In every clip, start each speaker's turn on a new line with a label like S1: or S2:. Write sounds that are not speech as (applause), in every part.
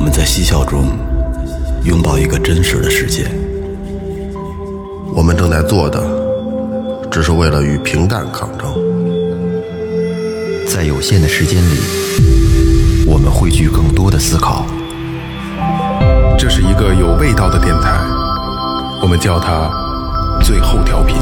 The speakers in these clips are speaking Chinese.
S1: 们在嬉笑中拥抱一个真实的世界。
S2: 我们正在做的，只是为了与平淡抗争。
S3: 在有限的时间里，我们汇聚更多的思考，
S4: 这是一个有味道的电台，我们叫它“最后调频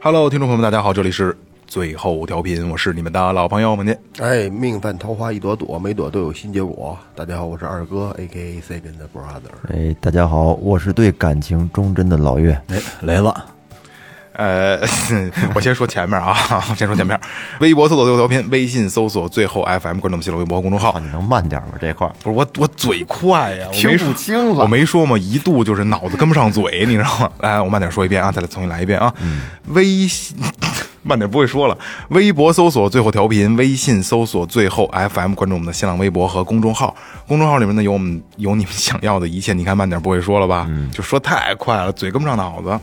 S4: ”Hello，听众朋友们，大家好，这里是最后调频，我是你们的老朋友孟杰。
S2: 哎，命犯桃花一朵朵，每朵都有新结果。大家好，我是二哥，A K A Second Brother。
S3: 哎，大家好，我是对感情忠贞的老岳。
S1: 哎，雷子，
S4: 呃， (laughs) 我先说前面啊， (laughs) 我先说前面，微博搜索最后调频，微信搜索最后 FM，关注我们新浪微博公众号。
S3: 你能慢点吗？这块儿
S4: 不是我，我嘴快呀，我没
S3: 听
S4: 说
S3: 不清了
S4: 我没说嘛，一度就是脑子跟不上嘴，你知道吗？ (laughs) 来，我慢点说一遍啊，再来重新来一遍啊。
S3: 嗯
S4: 微信 (laughs) 慢点不会说了，微博搜索最后调频，微信搜索最后 FM，关注我们的新浪微博和公众号。公众号里面呢有我们有你们想要的一切。你看慢点不会说了吧？
S3: 嗯
S4: 就说太快了，嘴跟不上脑子。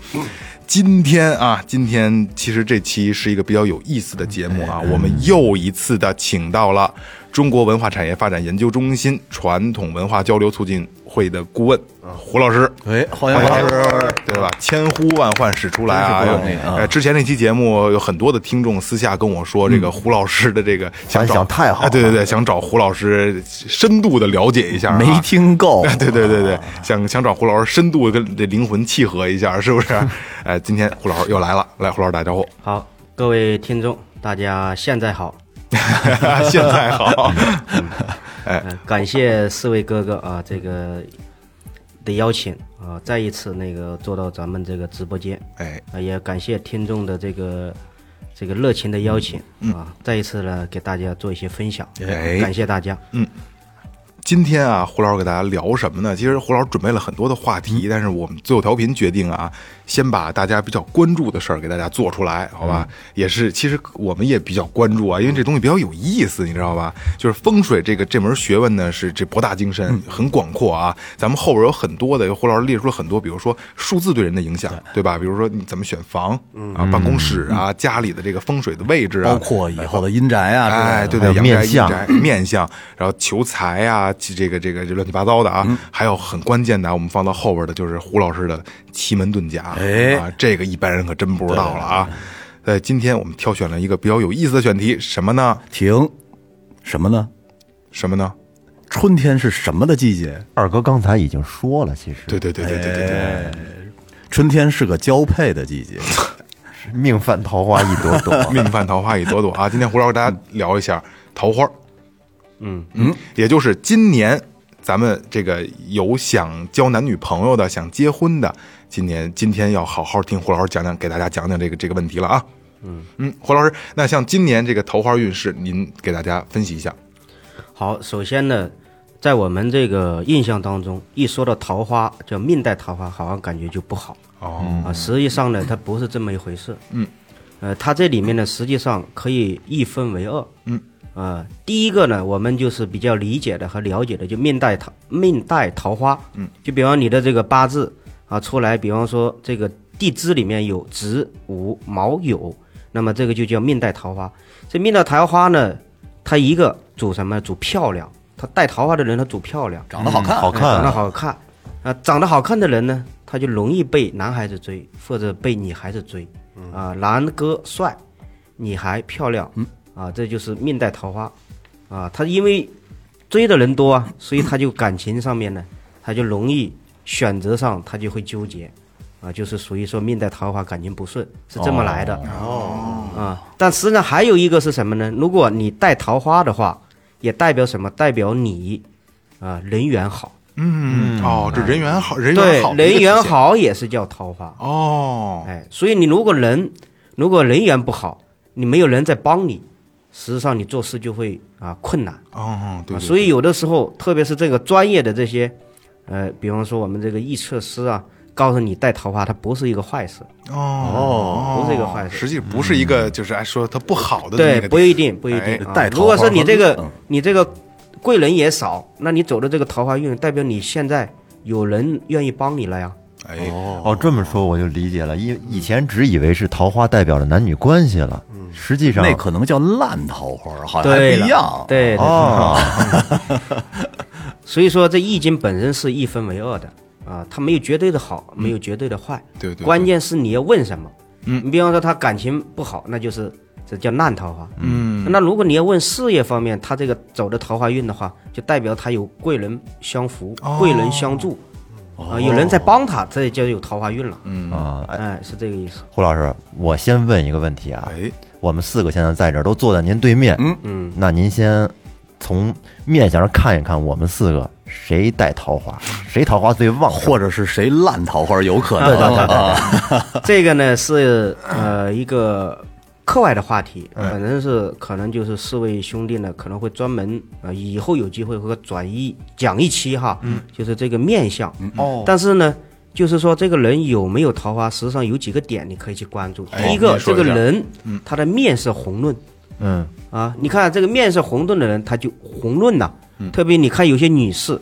S4: 今天啊，今天其实这期是一个比较有意思的节目
S3: 哎
S4: 啊，我们又一次的请到了中国文化产业发展研究中心传统文化交流促进会的顾问胡老师。
S1: 哎，欢迎老师。
S4: 对吧？千呼万唤始出来啊！
S1: 真是不容易啊
S4: 哎之前那期节目有很多的听众私下跟我说，
S1: 嗯
S4: 这个胡老师的这个想
S3: 反
S4: 找
S3: 响太好了
S4: 哎对对对，想找胡老师深度的了解一下、啊，
S1: 没听够，
S4: (laughs) 对对对对，想想找胡老师深度跟这灵魂契合一下，
S1: (laughs)
S4: 是不是？哎，今天胡老师又来了，来胡老师打招呼， (laughs)
S5: 好，各位听众，大家现在好，
S4: 现
S1: (laughs)
S4: 在好， (laughs)
S5: 呃，感谢四位哥哥啊，这个的邀请啊，再一次那个做到咱们这个直播间，
S4: 哎，
S5: 啊，也感谢听众的这个这个热情的邀请啊，再一次呢给大家做一些分享，
S4: 哎
S5: 感谢大家，
S4: 今天啊，胡老师给大家聊什么呢？其实胡老师准备了很多的话
S1: 嗯
S4: 题，但是我们最后调频决定啊，先把大家比较关注的事儿给大家做出来，
S1: 嗯
S4: 好吧？也是，其实我们也比较关注啊，因为这东西比较有意思，你知道吧？就是风水这个这门学问呢，是这博大精
S1: 嗯
S4: 深，很广阔啊。咱们后边有很多的，胡老师列出了很多，比如说数字对人的影响，对吧？比如说你怎么选房啊、办公室啊、家里的这个风水的位置
S1: 嗯
S4: 啊，
S1: 包括以后的阴宅啊，
S4: 哎，
S1: 之
S4: 对
S1: 类的
S4: 对，阳
S3: 面
S4: 宅、阴
S3: 相
S4: 宅、面相，然后求财啊，这这个这个这乱七八糟的啊，还有很关键的啊，我们放到后边的就是胡老师的奇门遁甲，
S1: 哎
S4: 啊，这个一般人可真不知道了啊。呃，今天我们挑选了一个比较有意思的选题，什么呢？
S1: 停，什么呢？
S4: 什么呢？
S1: 春天是什么的季节？
S3: 二哥刚才已经说了，其实
S4: 对对对对对对对，。
S1: 春天是个交配的季节。
S3: 命犯桃花一朵朵
S4: 命犯桃花一朵朵啊！今天胡老师给大家聊一下桃花，
S5: 嗯
S4: 嗯，也就是今年咱们这个有想交男女朋友的、想结婚的，今年今天要好好听胡老师讲讲，给大家讲讲这个这个问题了啊。嗯嗯，胡老师，那像今年这个桃花运势，您给大家分析一下。
S5: 好，首先呢，在我们这个印象当中，一说到桃花，叫命带桃花，好像感觉就不好。
S4: 哦，
S5: 啊，实际上呢，它不是这么一回事。
S4: 嗯，
S5: 呃，它这里面呢，实际上可以一分为二。
S4: 嗯，
S5: 呃，第一个呢，我们就是比较理解的和了解的，就命带桃命带桃花。嗯，就比方你的这个八字啊出来，比方说这个地支里面有子午卯酉，那么这个就叫命带桃花。这命带桃花呢，它一个主什么？主漂亮。它带桃花的人，他主漂亮。
S1: 长得好看，
S3: 嗯好
S5: 哎长得
S3: 看，
S5: 好看啊、长得好看的人呢，他就容易被男孩子追，或者被女孩子追
S1: 嗯
S5: 啊、男哥帅，女孩漂亮，啊，这就是命带桃花啊。他因为追的人多啊，所以他就感情上面呢，他就容易选择上他就会纠结啊，就是属于说命带桃花，感情不顺是这么来的。
S1: 哦
S5: 啊，但实际上还有一个是什么呢？如果你带桃花的话，也代表什么？代表你啊、人缘好。
S4: 嗯，哦，这人缘好，人
S5: 对
S4: 缘好，，
S5: 人缘。好也是叫桃花。
S4: 哦，
S5: 哎，所以你如果人如果人缘不好，你没有人在帮你，实际上你做事就会啊困难。
S4: 哦，对
S5: 啊，
S4: 对对
S5: 所以有的时候，特别是这个专业的这些，呃，比方说我们这个易测师啊，告诉你带桃花，它不是一个坏事。
S4: 哦，
S5: 不是一个坏事嗯
S4: 实际不是一个，就是哎说它不好的
S5: 对
S4: 那，个
S5: 不一定，不一
S4: 哎
S5: 定。啊
S1: 带桃花
S5: 如果说你这个、
S1: 嗯
S5: 你这个贵人也少，那你走的这个桃花运，代表你现在有人愿意帮你了呀。
S4: 哎，
S3: 哦，这么说我就理解了，以以前只以为是桃花代表着男女关系了，实际上
S6: 那可能叫烂桃花，好哦像还
S5: 啊对
S6: 不
S5: 了
S6: 一样。
S5: 对对
S3: 哦，
S5: 所以说这易经本身是一分为二的啊，它没有绝对的好，没有绝对的坏。
S4: 对对对
S5: 关键是你要问什么。嗯，你比方说他感情不好，那就是这叫烂桃花。嗯，那如果你要问事业方面，他这个走的桃花运的话，就代表他有贵人相扶，贵人相助。啊，有人在帮他，这就有桃花运了。嗯，
S3: 啊，哎，
S5: 哎，是这个意思。
S3: 胡老师，我先问一个问题啊，
S4: 哎，
S3: 我们四个现在在这儿都坐在您对面，嗯嗯，那您先从面相上看一看，我们四个谁带桃花，谁桃花最旺盛，
S6: 或者是谁烂桃花有可
S3: 对对对
S6: 能
S3: 对对
S6: 啊？
S4: (laughs)
S5: 这个呢是呃一个课外的话题，
S4: 嗯
S5: 反正是可能就是四位兄弟呢可能会专门呃以后有机会会转一讲一期哈，嗯，就是这个面相，
S4: 哦，
S5: 但是呢。就是说，这个人有没有桃花，实际上有几个点你可以去关注。
S4: 哎
S5: 第一个，
S4: 您说
S5: 这
S4: 一
S5: 个
S4: 下嗯
S5: 人他的面色红润
S3: 嗯，
S5: 啊，你看这个面色红润的人，他就红润呐。
S4: 嗯
S5: 特别你看有些女士，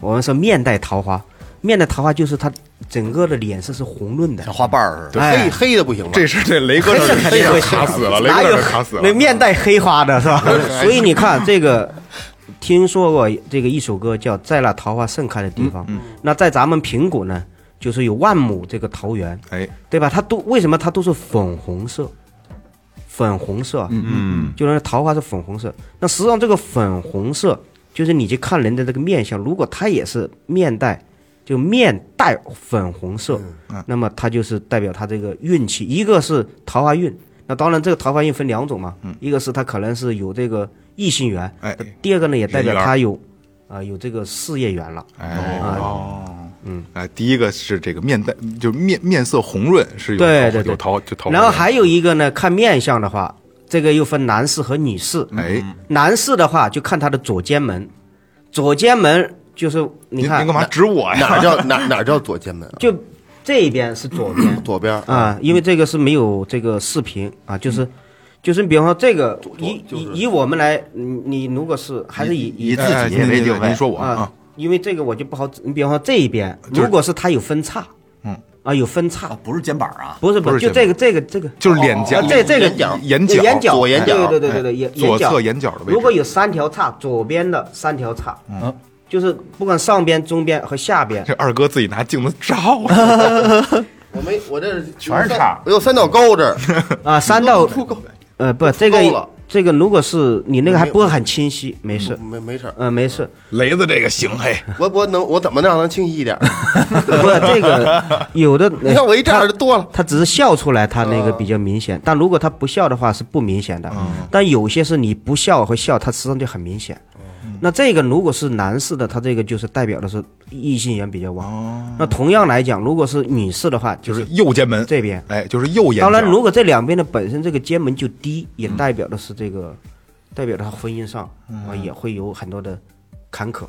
S5: 我们说面带桃花，面带桃花就是她整个的脸色是红润的，
S6: 像花瓣儿似的。
S5: 哎
S2: 黑黑的不行吧？
S4: 这是这雷哥这
S5: 肯定
S4: 这
S5: 会
S4: 卡死了，雷
S5: 哪
S4: 哥
S5: 有
S4: 这卡死了
S5: 那。面带黑花的是吧？所以你看这个，听说过这个一首歌叫《在那桃花盛开的地
S4: 嗯
S5: 方》，那在咱们平谷呢，就是有万亩这个桃园，
S4: 哎，
S5: 对吧？它都为什么它都是粉红色？粉红色，嗯，就是那桃花是粉红色。那实际上这个粉红色，就是你去看人的这个面相，如果他也是面带，就面带粉红色，
S4: 啊
S5: 那么它就是代表他这个运气，一个是桃花运。那当然，这个桃花运分两种嘛，一个是他可能是有这个异性缘，
S4: 嗯哎
S5: 第二个呢也代表
S4: 人缘
S5: 他有，啊、有这个事业缘了。
S4: 哎哦，嗯，哎，第一个是这个面带，就是面面色红润，是有
S5: 对
S4: 桃
S5: 对对
S4: 有桃就桃花。
S5: 然后还有一个呢，看面相的话，这个又分男士和女士。
S4: 哎，
S5: 男士的话就看他的左肩门，左肩门就是
S4: 您
S5: 你
S4: 您
S5: 看
S4: 干嘛指我呀？
S2: 哪叫哪哪叫左肩门啊？
S5: 就这一边是左边
S2: 左边
S5: 啊，因为这个是没有这个视频啊，就是。就是你比方说这个，以以以我们来，你你如果是还是以
S6: 以自己
S4: 哎
S6: 为
S4: 您
S6: 定位
S4: 您说我
S5: 啊
S4: 啊，，
S5: 因为这个我就不好指。你比方说这一边，
S4: 就是
S5: 如果是它有分叉，嗯啊有分叉
S6: 啊，，不是肩膀啊，
S5: 不是不
S4: 不
S5: 是，
S4: 是
S5: 就这个这个这个
S4: 就是脸颊
S5: 啊这这个
S4: 眼角眼角
S5: 眼角
S2: 左眼角
S5: 对对对对对，眼
S4: 左
S5: 眼角
S4: 侧眼角的位置
S5: 如果有三条叉，左边的三条叉，嗯，就是不管上边、中边和下
S4: (laughs)
S5: 边
S4: 这，二哥自己拿镜子照，啊
S5: (laughs)
S2: 我没我这
S6: 全是叉
S2: 我有三道沟这儿，
S5: 啊，三到呃不，这
S2: 够
S5: 个
S2: 了嗯
S5: 这个如果是你那个还不是很清晰，没事，
S2: 没没事儿，
S5: 呃没事， (laughs)
S4: 雷子这个行嘿，
S2: 我我能我怎么让能清晰一点？
S5: (laughs) 不这个有的呃
S2: 你看我一这样就多了。
S5: 他只是笑出来，他那
S4: 嗯
S5: 个比较明显。但如果他不笑的话是不明显的。但有些是你不笑和笑，他实际上就很明显。
S4: 嗯
S5: 那这个如果是男士的，他这个就是代表的是异性缘比较旺。那同样来讲，如果是女士的话，就
S4: 哦就是是右肩门
S5: 这边。
S4: 哎，就是右眼角。嗯
S5: 当然，如果这两边的本身这个肩门就低，也代表的是这个，代表他婚姻上
S4: 嗯
S5: 啊也会有很多的坎坷。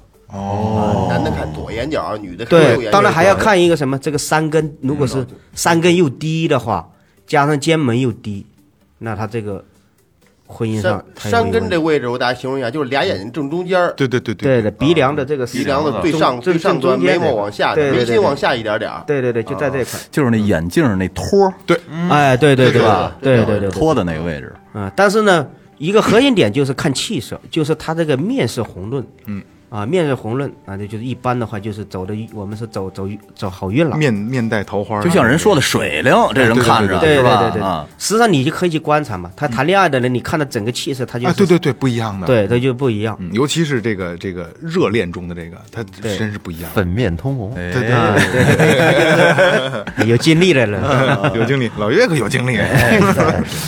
S2: 男的看左眼角，女的看嗯右眼
S5: 哦对，
S2: 角。
S5: 当然还要看一个什么，这个三根，如果是三根又低的话，加上肩门又低，那他这个婚姻上
S2: 山
S5: 他有没有
S2: 山根这
S5: 问题
S2: 位置，我给大家形容一下，就是俩眼睛正中间儿，
S4: 对对对
S5: 对的
S4: 对，啊
S5: 鼻梁的这个是啊
S2: 鼻梁的最
S5: 中
S2: 上
S5: 最
S2: 最上
S5: 中
S2: 端，眉
S5: 间
S2: 毛
S5: 这个
S2: 往下
S5: 对
S2: 点，
S5: 对
S2: 眉
S5: 对
S2: 心往下一啊点点儿。
S5: 对对对，就在这块，
S6: 就是那眼镜儿那托儿
S2: 嗯
S5: 哎，对对
S2: 对
S5: 对
S2: 吧
S5: 对对对对，
S6: 托的那个位置，
S5: 啊，但是呢，一个核心点就是看气色，就是他这个面色红润，嗯，啊，面色红润啊，这就是一般的话就是走的，我们是走走走好运了，
S4: 面面带桃花，
S6: 就像人说的水灵，这人看着
S5: 嗯对
S6: 是
S5: 对
S6: 吧
S5: 对？对
S6: 啊，，
S5: 实际上你就可以去观察嘛，他谈恋爱的人，你看他整个气色，他
S4: 嗯
S5: 就
S4: 啊，
S5: 是
S4: 对对对，不一样的。
S5: 对，它就不一样。
S4: 嗯，尤其是这个这个热恋中的这个，他真是不一样。
S3: 粉面通红，
S4: 对对
S5: 啊，对对对，它
S4: 嗯
S5: 就是有经
S4: (laughs)
S5: 历的人。
S4: 对，有经历，老岳可有经历。 (laughs)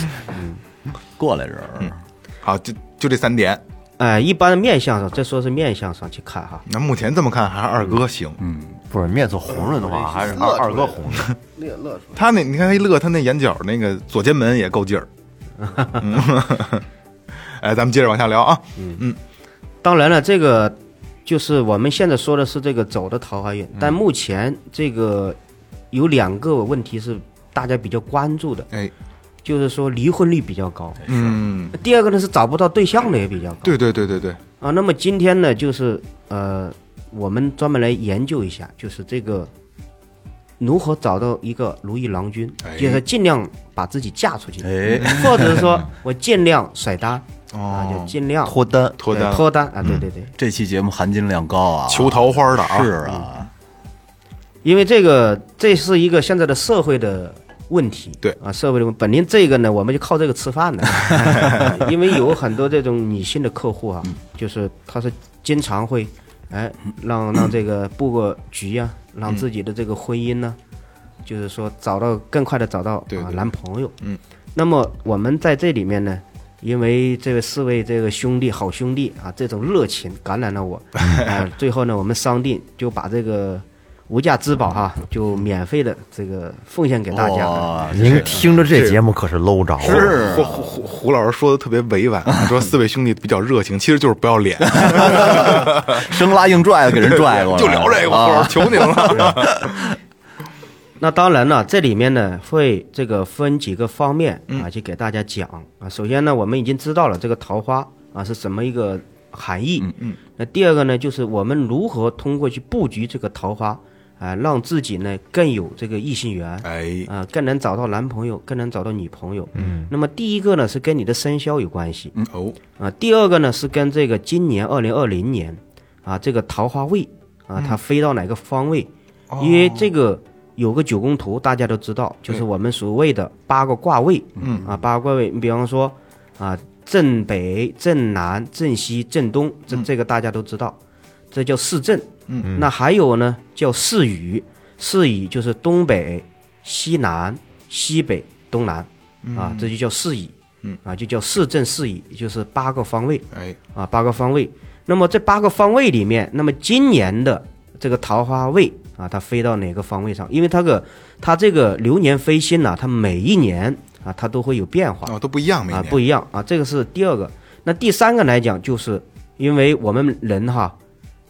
S6: 过来人
S5: 嗯
S6: 儿，
S4: 好，就就这三点。
S5: 哎，一般的面相上，这说是面相上去看哈。
S4: 那目前这么看，还是二哥行。
S3: 不是面色红润的话，还是
S2: 乐
S3: 二
S2: 出来
S3: 二哥红
S5: (laughs)
S3: 润。
S2: 乐乐出来。
S4: 他那你看他一乐，他那眼角那个左肩门也够劲儿。嗯 (laughs) 哎，咱们接着往下聊啊。
S5: 当然了，这个就是我们现在说的是这个走的桃花运，
S4: 嗯
S5: 但目前这个有两个问题是大家比较关注的，
S4: 哎，
S5: 就是说离婚率比较高，
S4: 嗯，
S5: 第二个呢是找不到对象的也比较高。
S4: 对对对对对，
S5: 啊，那么今天呢，就是呃，我们专门来研究一下，就是这个如何找到一个如意郎君
S4: 哎，
S5: 就是尽量把自己嫁出去，
S6: 哎
S5: 或者说我尽量甩单，啊，就尽量
S3: 脱单，
S4: 哦脱单嗯
S5: 对脱单啊，对对对，
S6: 这期节目含金量高啊，
S4: 求桃花的啊，
S6: 是
S5: 嗯
S6: 啊，
S5: 因为这个这是一个现在的社会的问题，
S4: 对
S5: 啊，社会的问本身这个呢，我们就靠这个吃
S4: (laughs)
S5: 饭的，因为有很多这种女性的客户
S4: 嗯
S5: 啊，就是她是经常会，哎，
S4: (coughs)
S5: 让让这个布个局啊，让自己的这个婚姻呢、就是说找到更快的找到
S4: 嗯对
S5: 啊
S4: 对
S5: 男朋友，
S4: 嗯，
S5: 那么我们在这里面呢。因为这位四位这个兄弟好兄弟啊，这种热情感染了
S4: (laughs)
S5: 我，啊，最后呢，我们商定就把这个无价之宝哈，就免费的这个奉献给大家。
S6: 哇
S3: 您听着这节目可是搂着了，啊
S6: 是
S4: 胡胡胡胡老师说的特别委婉，说四位兄弟比较热情，其实就是不要脸，
S6: 生拉硬拽的给人拽
S5: (laughs)
S6: 过来，
S4: (laughs) 就聊这个，胡老
S6: 啊
S4: 师求您了。
S5: 那当然了，这里面呢会这个分几个方面啊，去给大家讲啊。首先呢，我们已经知道了这个桃花啊是什么一个含义。嗯嗯。那第二个呢，就是我们如何通过去布局这个桃花啊，让自己呢更有这个异性缘。
S4: 哎，
S5: 啊、更能找到男朋友，更能找到女朋友。嗯，那么第一个呢是跟你的生肖有关系，
S4: 嗯哦，
S5: 啊，第二个呢是跟这个今年二零二零年啊这个桃花位啊，它飞到哪个方位？因为这个有个九宫图，大家都知道，就是我们所谓的八个卦位。嗯啊，八个卦位，你比方说啊，正北、正南、正西、正东，这这个大家都知道，这叫四正。嗯，那还有呢叫四雨，四雨就是东北、西南、西北、东南啊，这就叫四雨。啊，就叫四正四乙，也就是八个方位
S4: 哎，
S5: 啊，八个方位。那么这八个方位里面，那么今年的这个桃花位啊，它飞到哪个方位上？因为它个它这个流年飞星呢、它每一年啊，它都会有变化
S4: 哦，都不一样，每
S5: 啊
S4: 年，
S5: 不一样啊。这个是第二个。那第三个来讲，就是因为我们人哈，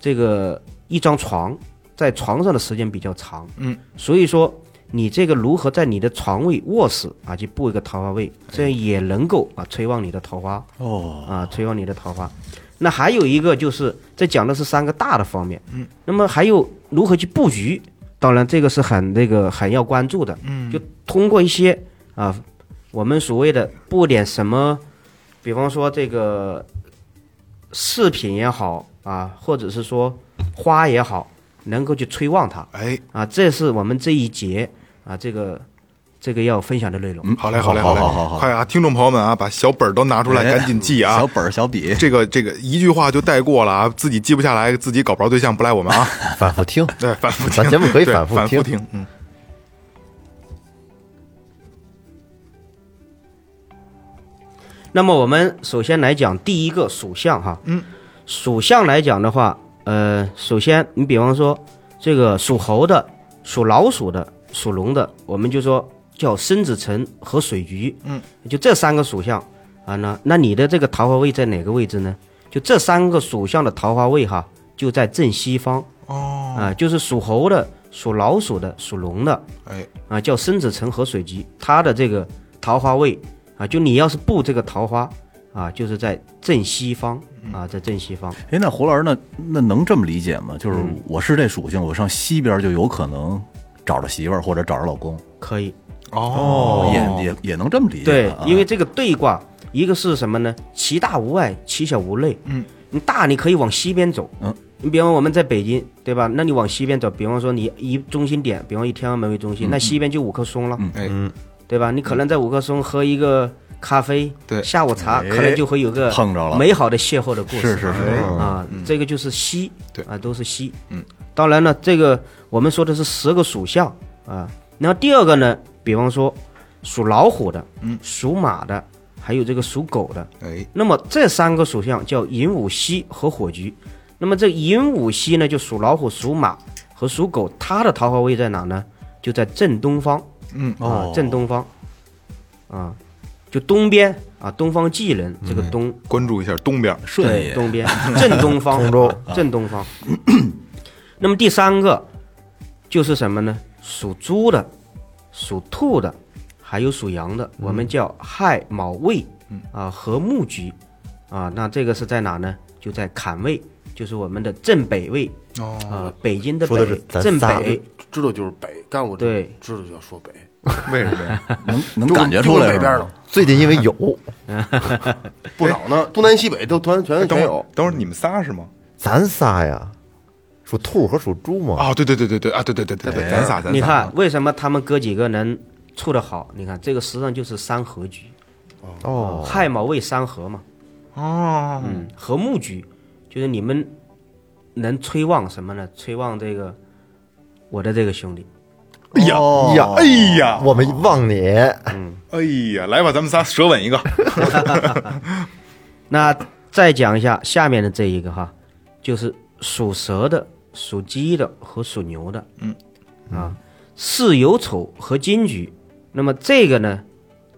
S5: 这个一张床在床上的时间比较长，嗯，所以说你这个如何在你的床位卧室啊去布一个桃花位，这样也能够啊催旺你的桃花
S6: 哦，
S5: 啊，催旺你的桃花。那还有一个就是，这讲的是三个大的方面，嗯，那么还有如何去布局，当然这个是很那个很要关注的，嗯，就通过一些啊，我们所谓的布点什么，比方说这个饰品也好啊，或者是说花也好，能够去催旺它
S4: 哎，
S5: 啊，这是我们这一节啊这个这个要分享的内容。
S4: 好嘞，好嘞，
S6: 好
S4: 嘞，
S6: 好好好
S4: 快啊，听众朋友们啊，把小本儿都拿出来，赶紧记
S6: 哎
S4: 啊
S6: 小。本儿小笔，
S4: 这个这个一句话就带过了啊，自己记不下来，自己搞不着对象，不赖我们啊。
S3: 反复听，
S4: 对，反复听，
S3: 咱节目可以
S4: 对
S3: 反复
S4: 反
S3: 听
S4: 听，嗯，
S5: 那么我们首先来讲第一个属相哈，嗯，属相来讲的话，呃，首先你比方说这个属猴的、属老鼠的、属龙的，我们就说叫生子辰和水局，嗯，就这三个属相啊，那那你的这个桃花位在哪个位置呢？就这三个属相的桃花位哈，就在正西方哦，啊，就是属猴的、属老鼠的、属龙的，
S4: 哎，
S5: 啊，叫生子辰合水局，它的这个桃花位啊，就你要是布这个桃花啊，就是在正西方
S6: 嗯
S5: 啊，在正西方。
S6: 哎，那胡老师，那那能这么理解吗？就是
S5: 嗯
S6: 我是这属性，我上西边就有可能找着媳妇儿或者找着老公，
S5: 可以，
S4: 哦
S6: 也也也能这么理解。
S5: 对
S6: 啊，
S5: 因为这个对卦，一个是什么呢？其大无外，其小无内。嗯，你大你可以往西边走。
S6: 嗯，
S5: 你比方我们在北京，对吧？那你往西边走，比方说你以中心点，比方以天安门为中
S6: 嗯
S5: 心，那西边就五棵松了。嗯
S4: 哎，
S5: 对吧？你可能在五棵松喝一个咖啡，
S4: 对
S5: 下午茶，可能就会有个
S6: 哎碰着了
S5: 美好的邂逅的故
S6: 是
S5: 事。
S6: 是是
S5: 啊，这个就是西，
S4: 对
S5: 啊，都是西。嗯，当然了，这个我们说的是十个属相啊。然后第二个呢，比方说属老虎的，嗯，属马的，还有这个属狗的。
S4: 哎，
S5: 那么这三个属相叫寅午戌和火局。那么这寅午戌呢，就属老虎、属马和属狗，它的桃花位在哪呢？就在正东方。
S4: 嗯，
S5: 啊，正东方，啊，就东边啊，东方济人，这个东
S4: 关注一下东边，
S6: 顺
S5: 对
S6: 义
S5: 东边
S3: (laughs)
S5: 正东方，通州正东方。 (clears throat) 那么第三个就是什么呢？属猪的、属兔的，还有属羊
S3: 嗯
S5: 的，我们叫亥卯未啊和木局啊。那这个是在哪呢？就在坎位，就是我们的镇北卫
S4: 哦
S5: 啊、北京的
S3: 说
S5: 北
S3: 的是咱
S5: 镇
S3: 仨
S5: 北，
S2: 知道就是北，干我
S5: 对
S2: 知道就要说北，
S4: 为什么呀？
S6: 能能
S2: 就
S6: 感觉出来
S2: 就
S6: 是
S2: 北
S6: 吧
S2: 边了，
S3: 最近因为有，
S2: 不少呢，
S5: 哎
S2: 东南西北都团全
S6: 哎
S4: 等
S2: 全
S4: 会
S2: 有
S4: 儿，，等会儿你们仨是吗？
S3: 咱仨呀，属兔和属猪嘛，
S4: 啊，对对对对对啊，对对对对，对咱仨咱仨，
S5: 你
S3: 啊
S5: 看为什么他们哥几个能处得好？你看这个实际上就是三合局，
S3: 哦，
S5: 亥卯未三合嘛，
S4: 哦，
S5: 嗯，和睦局就是你们能催旺什么呢？催旺这个我的这个兄弟，
S4: 哎呀
S3: 哦
S4: 呀，哎呀，
S3: 我们望你，
S4: 哎呀，来吧，咱们仨舌吻一个，
S5: 那再讲一下下面的这一个哈，就是属蛇的、属鸡的和属牛的，嗯，啊，巳酉丑和金局，那么这个呢，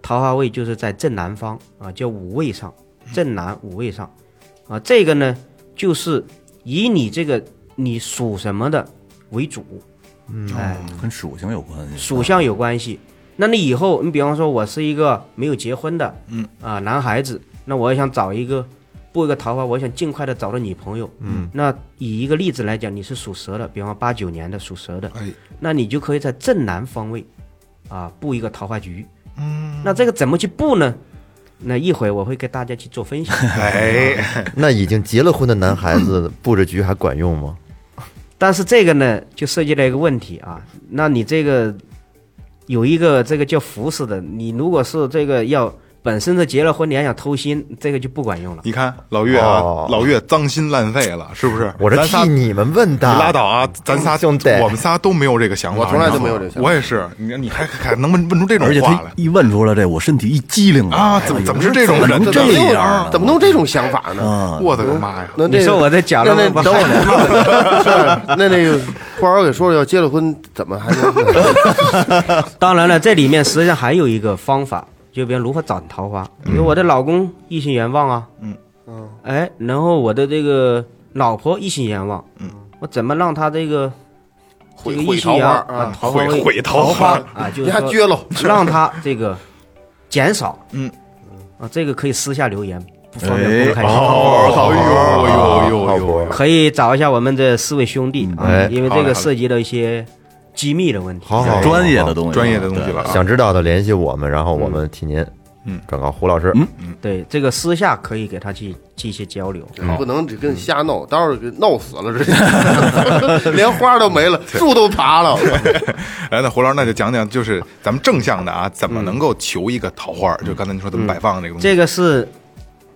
S5: 桃花位就是在正南方啊，叫五位上，正南五位上，啊，这个呢就是以你这个你属什么的为主，哎
S6: 跟属性有关系。啊
S5: 属相有关系。那你以后，你比方说我是一个没有结婚的，嗯啊、男孩子，那我想找一个布一个桃花，我想尽快的找到女朋友，嗯，那以一个例子来讲，你是属蛇的，比方八九年的属蛇的，
S4: 哎，
S5: 那你就可以在正南方位啊布一个桃花局，嗯，那这个怎么去布呢？那一会我会给大家去做分析。
S4: 哎，
S3: 那已经结了婚的男孩子布置局还管用吗？
S5: 但是这个呢，就涉及到一个问题啊，那你这个有一个这个叫服饰的，你如果是这个要本身是结了婚，你还想偷心，这个就不管用了。
S4: 你看老岳啊
S3: 哦，
S4: 老岳脏心烂肺了，是不是？
S3: 我这
S4: 咱仨
S3: 替你们问的，
S4: 你拉倒啊！咱仨
S3: 兄弟
S4: 我们仨都没有这个想法，
S2: 我从来就没有这个想法
S4: 我也是，你你还还能问问出这种
S6: 而且
S4: 话
S6: 他
S4: 来
S6: 一问出来这，我身体一激灵哎
S4: 啊？怎么怎么是这种
S6: 怎么
S4: 人
S6: 能
S4: 呢？
S6: 这样啊
S2: 怎么能这种想法呢？
S6: 啊？
S4: 我的个妈呀！
S2: 那这
S5: 你说我嗯这假了
S2: 那
S5: 吗
S2: 那等会儿， (laughs) 是那那个花儿给说说，要结了婚怎么还能？
S5: 当然了，这里面实际上还有一个方法，就比如如何找桃花。
S2: 嗯
S5: 比如我的老公异性缘旺啊，嗯嗯，哎，然后我的这个老婆异性缘旺，嗯，我怎么让她这个这
S2: 毁
S5: 个
S2: 毁
S5: 异性
S2: 桃
S5: 缘
S2: 花
S5: 啊
S2: 啊
S5: 桃花
S4: 毁
S5: 位
S4: 毁桃花
S5: 啊，就
S2: 你
S5: 是
S2: 还
S5: 说
S2: 撅喽？
S5: (laughs) 让他这个减少。
S4: (laughs) 嗯，
S5: 啊，这个可以私下留言，不方便
S6: 哎
S5: 公开。
S4: 哎呦呦哎呦呦呦！
S5: (laughs) 可以找一下我们这四位兄弟啊
S3: 哎，
S5: 因
S4: 嗯
S5: 为
S4: 好嘞
S5: 这个
S4: 好嘞
S5: 涉及到一些机密的问题。
S3: 好好好
S6: 专业的东西，
S4: 哦专业的东西了啊！
S3: 想知道的联系我们，然后我们替您，嗯，转告胡老师，
S5: 对，这个私下可以给他去进一些交流。
S2: 不能只跟瞎弄，到时候给弄死了，这 (laughs) 连花都没了，树都爬了。
S4: 哎，那胡老师那就讲讲，就是咱们正向的啊，怎么能够求一个桃花？就刚才你说怎么摆放这个东西，
S5: 这个是，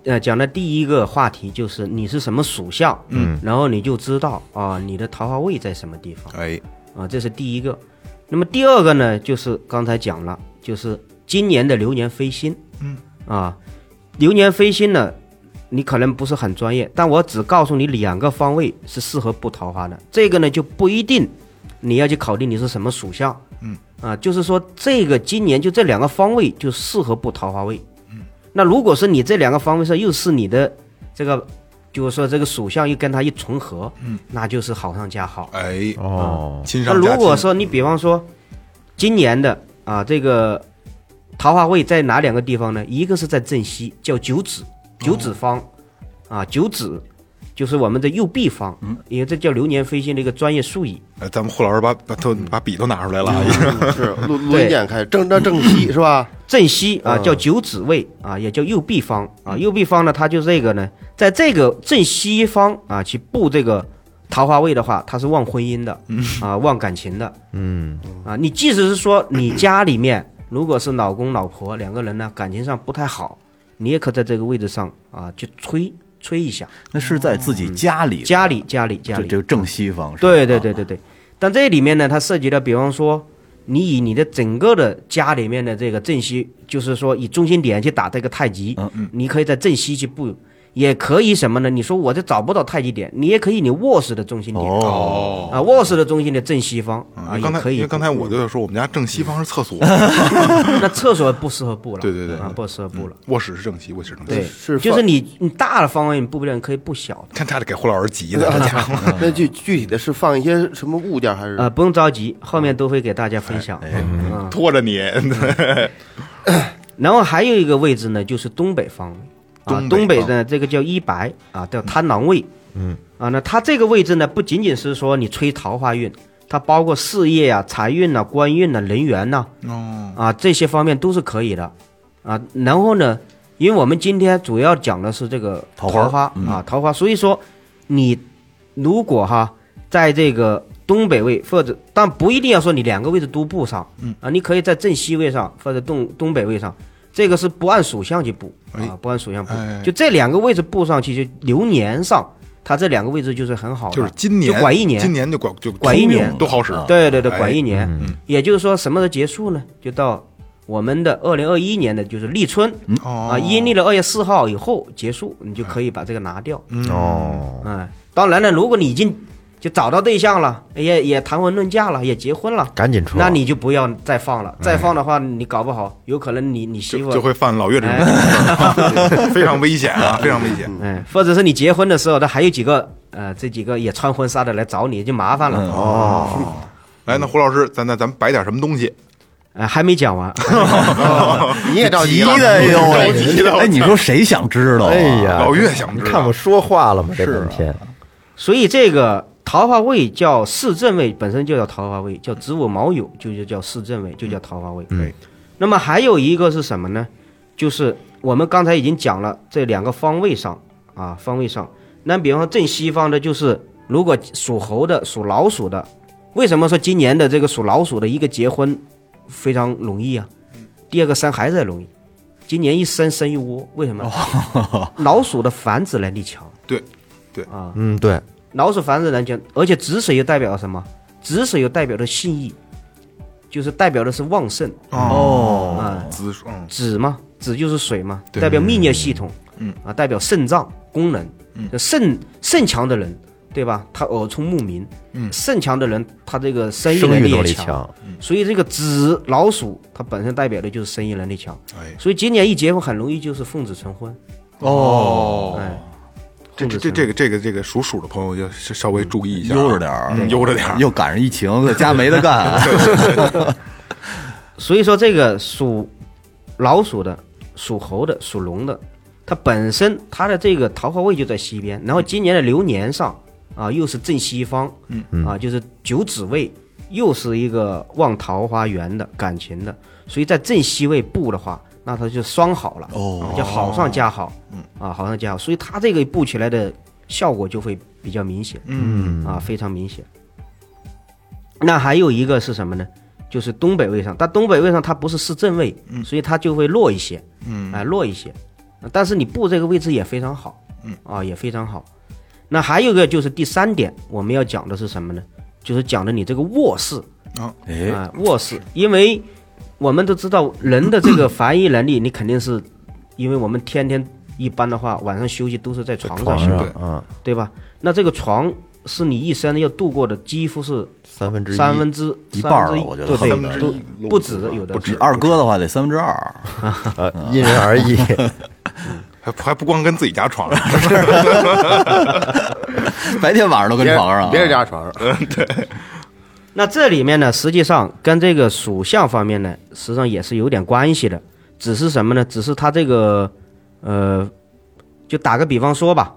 S5: 呃，讲的第一个话题就是你是什么属相，嗯，然后你就知道啊，你的桃花位在什么地方
S4: 哎，
S5: 啊，这是第一个。那么第二个呢，就是刚才讲了，就是今年的流年飞星，嗯，啊，流年飞星呢，你可能不是很专业，但我只告诉你两个方位是适合布桃花的，这个呢就不一定你要去考虑你是什么属相，嗯，啊，就是说这个今年就这两个方位就适合布桃花位，嗯，那如果是你这两个方位上又是你的这个。就是说，这个属相又跟它一重合，嗯，那就是好上加好。
S4: 哎，
S3: 哦，
S4: 亲
S5: 那
S4: 上加
S5: 如果
S4: 亲
S5: 说你比方说，今年的啊，这个桃花位在哪两个地方呢？一个是在正西，叫九指，九
S4: 哦
S5: 指方，啊，九指就是我们的右臂方，
S4: 嗯
S5: 因为这叫流年飞星的一个专业术语。
S4: 哎咱们胡老师把把都把笔都拿出来了啊，已经
S2: 是录录音键开始正那正西是吧？
S5: 正西啊，叫九指位啊，也叫右臂方啊。右臂方呢，它就是这个呢，在这个正西方啊去布这个桃花位的话，它是旺婚姻的，啊，旺感情的，
S3: 嗯，
S5: 啊，你即使是说你家里面如果是老公老婆两个人呢感情上不太好，你也可在这个位置上啊去吹吹一下，
S6: 那是在自己家里，
S5: 嗯家里家里家
S6: 这
S5: 里，
S6: 这个正西方是吧
S5: 对对对对对。但这里面呢，它涉及到，比方说你以你的整个的家里面的这个正西，就是说以中心点去打这个太极，
S6: 嗯
S5: 嗯，你可以在正西去布。也可以什么呢？你说我这找不到太极点，你也可以你卧室的中心点、
S4: 哦。
S5: 啊，卧室的中心的正西方啊，
S4: 因为刚
S5: 也
S4: 才
S5: 可
S4: 因
S5: 以嗯
S4: 为
S5: 布。
S4: 刚才我就说我们家正西方是厕所，
S5: 那厕所不适合布了，
S4: 对对对
S5: 啊，不适合布了。
S4: (laughs) 卧室是正西，卧室是正西。
S5: 对，
S2: 是
S5: 就
S2: 放
S5: 是你你大的方位你布不了，你可以布小的。
S4: 看他这给胡老师急
S5: 嗯
S4: 的，这
S5: (laughs)
S4: 家
S2: (laughs)
S4: 伙。
S2: 那具具体的是放一些什么物件还是
S5: 啊、？不用着急，后面都会给大家分享。
S4: 哎
S5: 嗯
S4: 拖着你， (laughs)
S5: 然后还有一个位置呢，就是东北方位啊，
S4: 东北
S5: 东北
S4: 啊
S5: 的这个叫一白啊，叫贪狼位。嗯，啊，那它这个位置呢，不仅仅是说你催桃花运，它包括事业啊、财运呐、官运呐、人缘呐、
S4: 哦，
S5: 啊这些方面都是可以的啊。然后呢，因为我们今天主要讲的是这个
S6: 桃
S5: 桃
S6: 花
S5: 啊，桃花，所以说你如果哈在这个东北位或者，但不一定要说你两个位置都不上，嗯啊，你可以在正西位上或者东东北位上，这个是不按属相去补
S4: 哎
S5: 啊，不按属相补
S4: 哎，
S5: 就这两个位置补上去，就流年上，它这两个位置就是很好的，
S4: 就是今年
S5: 就管一年，
S4: 今年就管就
S5: 管一年嗯
S4: 都好使。
S5: 对对对，
S4: 哎
S5: 管一年，也就是说什么时候结束呢？就到我们的二零二一年的就是立春
S4: 哦
S5: 啊，阴历的二月四号以后结束，你就可以把这个拿掉。
S3: 哦，
S5: 嗯，当然了，如果你已经就找到对象了，也也谈婚论嫁了，也结婚了，
S3: 赶紧撤，
S5: 那你就不要再放了。再放的话，你搞不好有可能你你媳妇
S4: 嗯
S5: 哎
S4: 就就会犯老岳这种错，
S5: (laughs)
S4: 非常危险啊，非常危险。
S5: 嗯，或者是你结婚的时候，他还有几个呃，这几个也穿婚纱的来找你，就麻烦了。
S4: 嗯
S5: 哦，
S4: 来，那胡老师，咱咱咱们摆点什么东西？
S5: 呃，还没讲完，
S3: 你也着急
S4: 急的
S3: 哎呦
S4: 着
S3: 喂，
S4: 急的，
S6: 哎，你说谁想知道啊？
S3: 哎呀，
S4: 老岳想知
S3: 你
S4: 道
S3: 看我说话了吗？这
S5: 啊
S3: 半天，
S5: 所以这个桃花位叫四正位，本身就叫桃花位，叫子午卯酉，就就叫四正位，就叫桃花位。对、那么还有一个是什么呢？就是我们刚才已经讲了这两个方位上啊，方位上。那比方说正西方的，就是如果属猴的、属老鼠的，为什么说今年的这个属老鼠的一个结婚非常容易啊？第二个生孩子也容易，今年一生生一窝，为什么？老鼠的繁殖能力强。
S4: 对，
S3: 嗯，对，
S5: 老鼠繁殖能强，而且子水又代表了什么？子水又代表着信义，就是代表的是旺盛
S6: 哦，
S5: 啊、
S4: 子鼠，嗯
S5: 子嘛，子就是水嘛，代表泌尿系统，嗯啊，代表肾脏功能，嗯，肾肾强的人，对吧？他耳聪目明，嗯，肾强的人，他这个生意
S3: 生
S5: 能
S3: 育
S5: 力
S3: 能
S5: 也
S3: 力
S5: 强，，所以这个子老鼠它本身代表的就是生意能力强，
S4: 哎，
S5: 所以今年一结婚很容易就是奉子成婚，
S4: 哦，
S5: 哎，
S4: 这这这这个这个这个属鼠的朋友要稍微注意一下啊，
S6: 悠着点儿
S4: 嗯，悠着点儿。
S6: 又赶上疫情，在家没得干。
S5: 所以说，这个属老鼠的、属猴的、属龙的，它本身它的这个桃花位就在西边，然后今年的流年上啊，又是正西方，嗯啊，就是九子位，又是一个旺桃花源的感情的，所以在正西位布的话，那它就双好了，哦，就好上加好，嗯啊，好上加好，所以它这个布起来的效果就会比较明显，嗯啊，非常明显。那还有一个是什么呢？就是东北位上，但东北位上它不是市正位，所以它就会弱一些，嗯，哎、弱一些。但是你布这个位置也非常好，嗯啊，也非常好。那还有一个就是第三点，我们要讲的是什么呢？就是讲的你这个卧室
S6: 哎，
S5: 啊、卧室，因为我们都知道人的这 (coughs) 个繁育能力，你肯定是，因为我们天天一般的话晚上休息都是嗯在床上
S3: 床
S5: 休息，
S3: 上
S4: 对
S3: 啊，
S5: 对吧？那这个床是你一生要度过的，几乎是
S3: 三分之一，
S5: 三分之
S6: 一半儿了
S5: 三分之
S6: 我觉得
S5: 对
S6: 恨不
S5: 对
S6: 得
S5: 都不止，有的
S6: 不
S5: 是
S6: 止二哥的话得三分之二，
S3: 呃，
S5: 嗯
S3: 因人而
S5: (laughs)
S3: 异，
S4: 还还不光跟自己家床上，
S6: 白天晚上都跟床上。啊
S2: 别人家床上，
S5: 那这里面呢，实际上跟这个属相方面呢，实际上也是有点关系的，只是什么呢？只是它这个，呃，就打个比方说吧，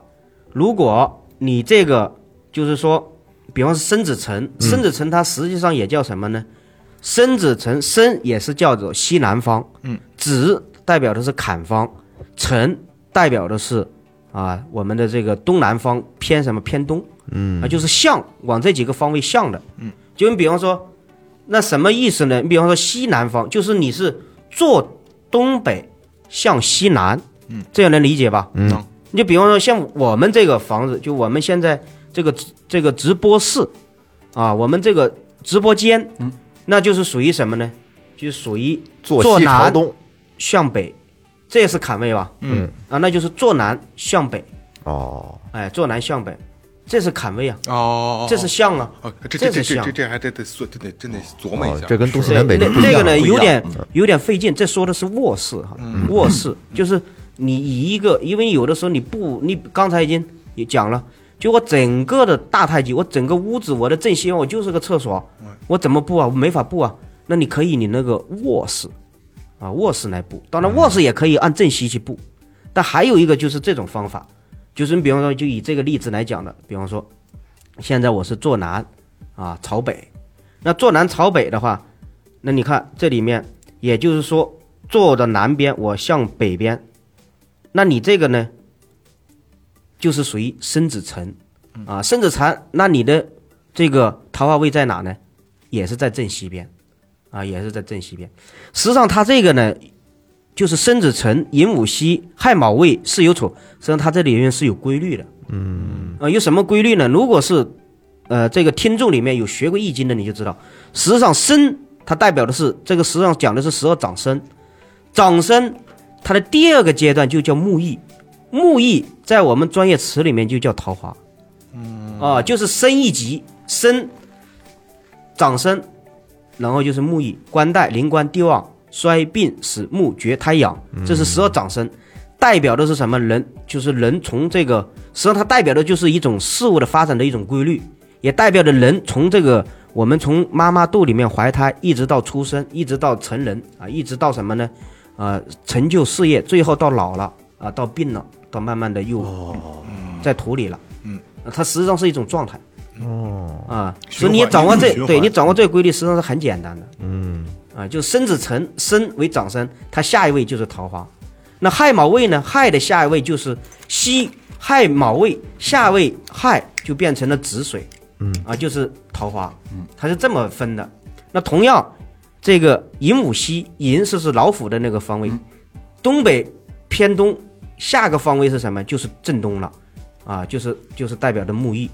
S5: 如果你这个就是说，比方是生子辰，生子辰它实际上也叫什么呢？生子辰，生也是叫做西南方，嗯，子代表的是坎方，辰代表的是啊我们的这个东南方偏什么偏东，嗯，啊就是向往这几个方位向的，嗯，就你比方说，那什么意思呢？你比方说西南方，就是你是坐东北向西南，嗯，这样能理解吧？嗯，你就比方说像我们这个房子，就我们现在这个这个直播室，啊，我们这个直播间，嗯，那就是属于什么呢？就属于
S3: 坐
S5: 坐
S3: 西朝
S5: 南
S3: 东，
S5: 向北，这也是坎位吧？嗯，啊，那就是坐南向北，
S3: 哦，
S5: 哎，坐南向北，这是坎位啊，
S4: 哦
S5: 这是向啊，
S4: 哦，这这
S5: 这
S4: 这这
S5: 是像
S4: 这这还得得琢得得真得琢磨一
S3: 哦
S4: 下，
S3: 这跟东西
S5: 对，
S3: 南北
S5: 那
S3: 就不一
S5: 这个
S3: 样，嗯
S5: 呢，
S6: 不一样
S5: 有点有点费劲。这说的是卧室哈，卧室就是你以一个，因为有的时候你不，你刚才已经也讲了，就我整个的大太极，我整个屋子，我的正西方我就是个厕所，我怎么布啊？我没法布啊。那你可以你那个卧室啊，卧室来布，当然卧室也可以按正西去布，但还有一个就是这种方法，就是你比方说，就以这个例子来讲的，比方说，现在我是坐南啊朝北，那坐南朝北的话，那你看这里面，也就是说坐的南边，我向北边，那你这个呢，就是属于申子辰啊，申子辰，那你的这个桃花位在哪呢？也是在正西边，啊，也是在正西边。实际上，它这个呢，就是申子辰、寅午戌、亥卯未、巳酉丑，实际上它这里面是有规律的。嗯，啊，有什么规律呢？如果是，呃，这个听众里面有学过易经的，你就知道，实际上申它代表的是这个，实际上讲的是十二长生，长生它的第二个阶段就叫木易，木易在我们专业词里面就叫桃花。嗯，啊，就是升一级，升长生，然后就是木易、官带、灵官、帝王、衰病、死木、绝、胎养，这是十二长生，代表的是什么？人就是人从这个，实际上它代表的就是一种事物的发展的一种规律，也代表着人从这个我们从妈妈肚里面怀胎，一直到出生，一直到成人啊，一直到什么呢？呃，成就事业，最后到老了啊，到病了，到慢慢的又、
S4: 哦
S5: 在土里了。嗯，它实际上是一种状态。哦啊，
S4: 循
S5: 所
S4: 环
S5: 以你掌握这
S4: 一种循环
S5: 对你掌握这个规律，实际上是很简单的。嗯啊，就申子辰，申为长生，它下一位就是桃花。那亥卯未呢？亥的下一位就是戌，亥卯未下位亥就变成了子水，嗯啊，就是桃花，嗯，它是这么分的。那同样，这个寅午戌，寅是是老虎的那个方位，东北偏东，下个方位是什么？就是正东了，啊，就是就是代表的木易，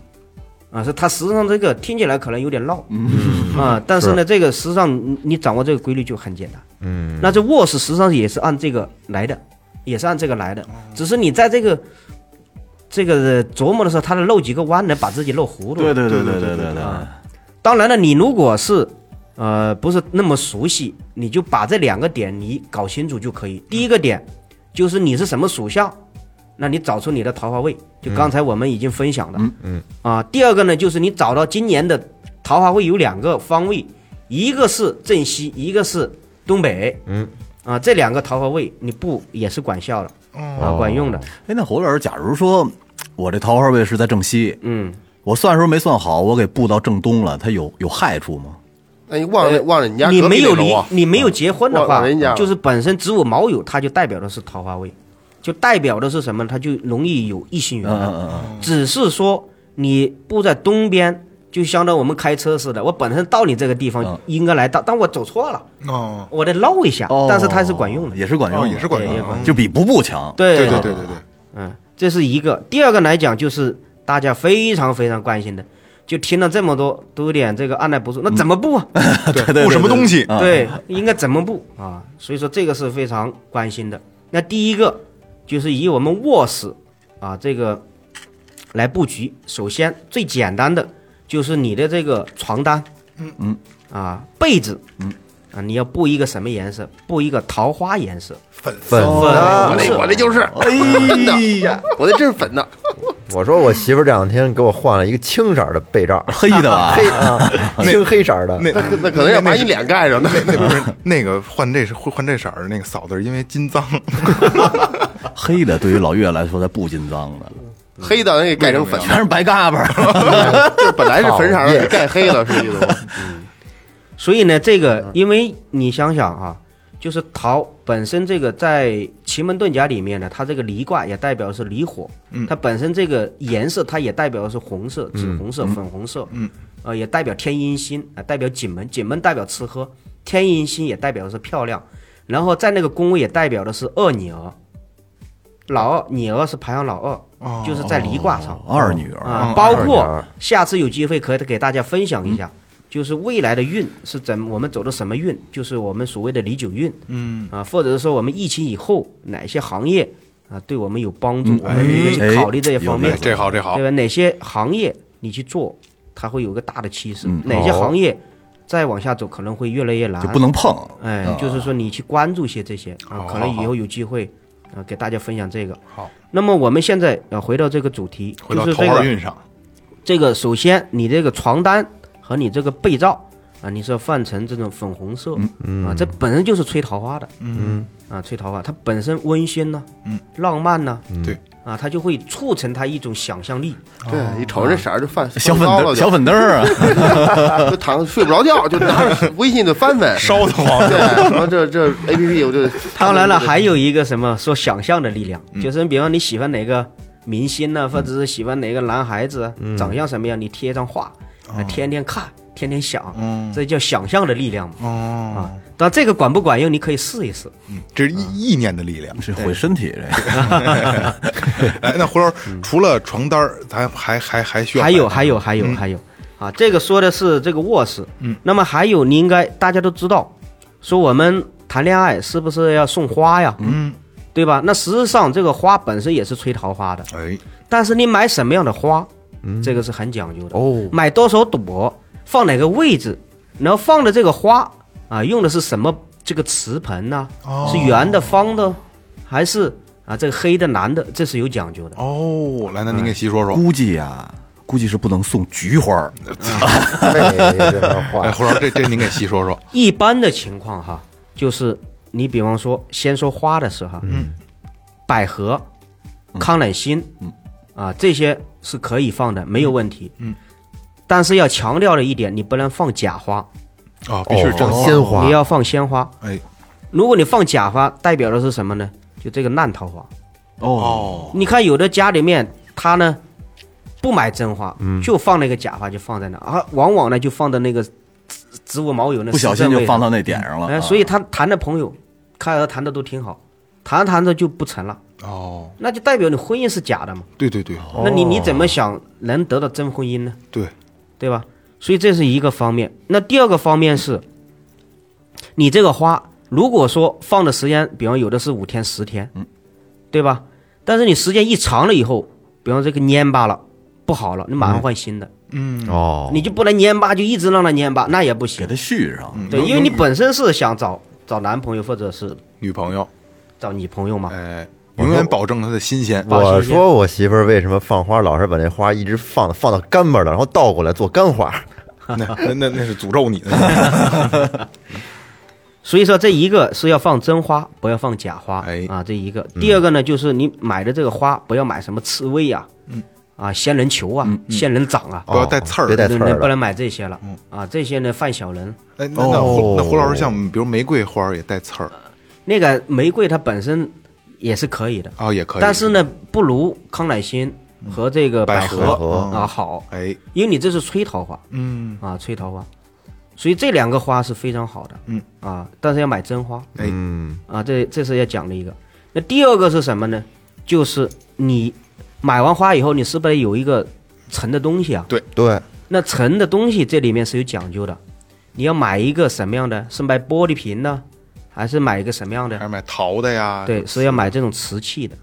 S5: 啊，是它实际上这个听起来可能有点绕，啊，但是呢，这个实际上你你掌握这个规律就很简单，嗯，那这卧室实际上也是按这个来的，也是按这个来的，只是你在这个这个琢磨的时候，它得漏几个弯，能把自己漏糊涂了。
S6: 对对对对对对对，
S5: 当然了，你如果是呃不是那么熟悉，你就把这两个点你搞清楚就可以。第一个点就是你是什么属相，那你找出你的桃花位，就刚才我们已经分享的，嗯嗯啊。第二个呢，就是你找到今年的桃花位有两个方位，一个是正西，一个是东北，嗯啊，这两个桃花位你不也是管校的，啊，管用的，
S6: 哎，那侯老师，假如说我这桃花位是在正西，
S5: 嗯。
S6: 我算的时候没算好，我给布到正东了，它有有害处吗？
S2: 那你忘了忘了你家
S5: 你
S2: 隔壁
S5: 没有
S2: 那
S5: 离
S2: 楼啊，
S5: 你没有结婚的
S2: 往
S5: 话
S2: 往人家，
S5: 就是本身子午卯酉，它就代表的是桃花位，就代表的是什么？它就容易有异性缘。啊
S6: 嗯嗯嗯
S5: 只是说你布在东边，就相当于我们开车似的，我本身到你这个地
S6: 嗯
S5: 方应该来到，但我走错了，
S4: 哦，
S5: 我得绕一下
S6: 哦，，
S5: 但是它是管用的。
S6: 也是管用
S4: 哦
S6: 的，
S4: 也是管用
S5: 对
S4: 的
S5: 也管
S4: 啊，
S6: 就比不布强。
S5: 对
S4: 对对对对对，
S5: 嗯，这是一个。第二个来讲，就是大家非常非常关心的，就听了这么多，都有点这个按耐不住，那怎么布啊？
S4: 对
S6: 对
S4: 布什么东西？
S6: 啊
S5: 对，应该怎么布啊？所以说这个是非常关心的。那第一个就是以我们卧室啊这个来布局，首先最简单的就是你的这个床单，嗯嗯啊被子，嗯啊你要布一个什么颜色？布一个桃花颜色，
S4: 粉
S3: 粉
S5: 粉
S2: 我
S5: 红
S2: 那我
S5: 色。
S2: 那就是，真的，我那真是粉的。
S3: 我说我媳妇儿这两天给我换了一个青色儿的被
S5: (laughs)
S3: 罩，
S6: 黑的吧？
S3: 黑啊，青黑色儿的。
S4: 那
S2: 那那可能要把你脸盖
S5: (laughs)
S2: 上呢。
S4: 那不是那个换这是换这色儿，那个嫂子是因为金
S5: (laughs)
S4: 脏，
S6: 黑的对于老岳来说，它不金脏的，
S2: 黑的那给盖成粉
S6: 全
S2: 的，
S6: 是白嘎巴儿。
S2: 就是本来是粉色的，给盖黑了，是这意思吗？
S5: 所以呢，这个因为你想想啊，就是桃本身这个在奇门遁甲里面呢，它这个离卦也代表是离火，它本身这个颜色它也代表的是红色、紫红色、粉红色，嗯，呃，也代表天阴星啊、代表景门，景门代表吃喝，天阴星也代表的是漂亮，然后在那个宫位也代表的是二女儿，老二女儿是排行老二，就是在离卦上，
S6: 二女儿，
S5: 啊，包括下次有机会可以给大家分享一下，就是未来的运是怎么我们走的什么运，就是我们所谓的离九运，嗯啊，或者是说我们疫情以后哪些行业啊对我们有帮助，我们应该去考虑这些方面
S6: 哎，
S4: 这好这好
S5: 对，吧？哪些行业你去做，它会有个大的趋势，
S6: 嗯
S5: 哪些行业再往下走可能会越来越难，
S6: 就不能碰。
S5: 哎，就是说你去关注些这些啊，可能以后有机会啊给大家分享这个。
S4: 好，
S5: 那么我们现在呃回到这个主题，
S4: 回到
S5: 就
S4: 啊
S5: 是
S4: 桃
S5: 这
S4: 花
S5: 个
S4: 运上，
S5: 这个首先你这个床单和你这个被罩啊，你说泛橙这种粉红色，嗯啊，这本身就是催桃花的，嗯啊，催桃花，它本身温馨呐，嗯，浪漫呐，
S4: 对，
S5: 啊，它就会促成它一种想象力，
S4: 哦
S2: 对，一瞅这色儿就犯
S6: 啊 (laughs) 小粉
S2: 高
S6: 灯
S2: 了
S6: 儿，
S2: 就，
S6: 小粉灯儿啊，
S2: 就躺着睡不着觉，就拿着微信
S4: (laughs)
S2: 就翻翻，
S4: 烧得慌。
S2: 对，然后这这 A P P 我就
S5: 当然了，还有一个什么说想象的力量，就是你比方你喜欢哪个明星呢、或者是喜欢哪个男孩子啊，长相什么样，你贴一张画，啊天天看，天天想，这叫想象的力量嘛。
S4: 哦
S5: 啊，但这个管不管用，你可以试一试。
S4: 这是意意念的力量。
S6: 这毁身体这个。
S4: 哎，那回头除了床单儿，咱还还还需要
S5: 嗯还有还有还有还有啊，这个说的是这个卧室，嗯，那么还有你应该大家都知道，说我们谈恋爱是不是要送花呀？嗯，对吧？那实质上这个花本身也是催桃花的。
S4: 哎，
S5: 但是你买什么样的花，这个是很讲究的
S3: 哦
S5: 买多少朵，放哪个位置，然后放的这个花啊，用的是什么这个瓷盆呢、是圆的、方的，还是啊这个黑的、蓝的？这是有讲究的。
S4: 哦，来，那
S5: 哎
S4: 您给细说说。
S6: 估计啊，估计是不能送菊花儿，
S4: 哎，胡老师，这这您给细 (laughs) 说说。
S5: 一般的情况哈，就是你比方说，先说花的时候，嗯，百合、康乃馨，嗯，啊，这些是可以放的，没有问题，嗯。但是要强调的一点，你不能放假花，
S4: 啊，必须是正
S3: 鲜花
S5: 你，要放鲜花。
S4: 哎，
S5: 如果你放假花，代表的是什么呢？就这个烂桃花。
S4: 哦，
S5: 你看有的家里面他呢不买真花，就放那个假花，就放在那啊，往往呢就放在那个植植物毛油那
S6: 不小心
S5: 市政
S6: 就
S5: 位
S6: 放
S5: 上
S6: 到那点上了。
S5: 哎，
S6: 啊
S5: 所以他谈的朋友，看来他谈的都挺好，谈着谈着就不成了，
S4: 哦，
S5: 那就代表你婚姻是假的嘛？
S4: 对对对
S5: 那你你怎么想能得到真婚姻呢？
S4: 对，
S5: 对吧？所以这是一个方面。那第二个方面是，你这个花如果说放的时间，比方有的是五天、十天，对吧？但是你时间一长了以后，比方这个蔫巴了，不好了，你马上换新的，
S3: 哦，
S5: 嗯你就不能蔫巴，就一直让它蔫巴，那也不
S6: 给
S5: 行。
S6: 它续上，
S4: 嗯
S5: 对，因为你本身是想找找男朋友或者是
S4: 女朋友，
S5: 找女朋友嘛，
S4: 哎，永远保证她的新鲜。
S5: 放
S3: 我
S5: 新鲜
S3: 说我媳妇儿为什么放花老是把那花一直放放到干巴了，然后倒过来做干花？
S4: 那 (laughs) 那那那是诅咒你的。
S5: 所以说这一个是要放真花，不要放假花，
S4: 哎
S5: 啊，这一个。第二个呢，就是你买的这个花，不要买什么刺猬呀、啊，仙人球啊，仙人掌啊，
S4: 不要带刺儿
S3: 哦别带刺
S5: 对
S3: 儿
S5: 不
S3: 了。
S5: 能买这些了，啊，这些呢犯小人。
S4: (laughs) 哎，那那胡那胡老师像比如玫瑰花儿也带刺儿
S5: 那个玫瑰它本身也是可以的，
S4: 啊，也可以。
S5: 但是，呢，不如康乃馨和这个
S4: 百
S5: 合
S4: 合
S5: 啊好，
S4: 哎，
S5: 因为你这是催桃花
S4: 嗯，
S5: 啊，催桃花，所以这两个花是非常好的，
S4: 嗯
S5: 啊，但是要买真花，
S4: 哎，
S5: 啊，这这是要讲的一个。那第二个是什么呢？就是你买完花以后，你是不是有一个沉的东西啊？
S4: 对
S3: 对，
S5: 那沉的东西这里面是有讲究的，你要买一个什么样的？是买玻璃瓶呢，还是买一个什么样
S4: 还
S5: 的？
S4: 是买桃的呀？
S5: 对，是要买这种瓷器的，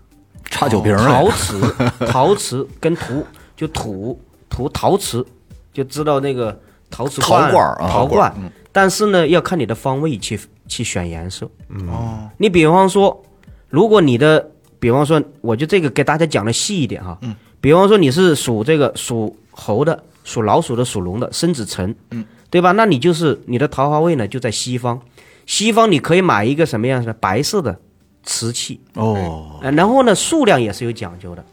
S6: 插酒瓶儿
S5: 哦陶
S6: 了。
S5: 瓷，陶瓷跟土就土土陶瓷，就知道那个陶瓷
S6: 陶罐儿啊
S5: 陶罐。但是呢，要看你的方位去去选颜色。哦，你比方说，如果你的，比方说，我就这个给大家讲的细一点哈。嗯。比方说你是属这个属猴的、属老鼠的、属龙的，生子辰。嗯。对吧？那你就是你的桃花位呢，就在西方。西方你可以买一个什么样的白色的瓷器，
S6: 哦，
S5: 呃，然后呢，数量也是有讲究的。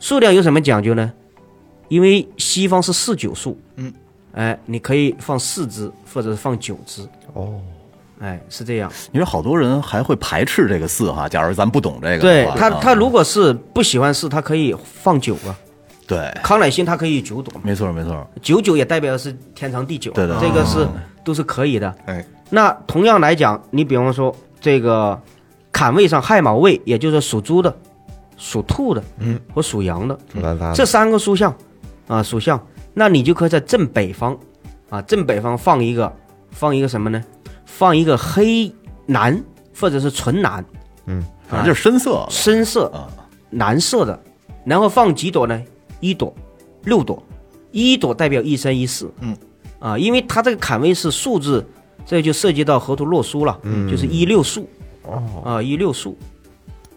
S5: 数量有什么讲究呢？因为西方是四九数，嗯，哎、你可以放四只或者是放九只，
S3: 哦，
S5: 哎，是这样。
S6: 因为好多人还会排斥这个四哈。假如咱不懂这个
S5: 对
S6: 的话，
S5: 他，
S6: 啊
S5: 他如果是不喜欢四，他可以放九啊。
S6: 对，
S5: 康乃馨它可以九朵嘛，
S6: 没错没错，
S5: 九九也代表的是天长地久，啊
S6: 对的
S5: 这个是都是可以的。
S4: 哎，
S5: 那同样来讲，你比方说这个坎位上亥卯位，也就是属猪的、属兔的，嗯，和属羊的，
S3: 出来拉
S5: 这三个属相啊，属相，那你就可以在正北方啊，正北方放一个，放一个什么呢？放一个黑蓝或者是纯蓝
S6: 反正就是深色
S5: 深色
S6: 啊
S5: 蓝色的，然后放几朵呢？一朵、六朵，一朵代表一生一世。嗯，啊，因为它这个坎位是数字，这就涉及到河图洛书了，嗯、就是一六数。哦，啊，一六数，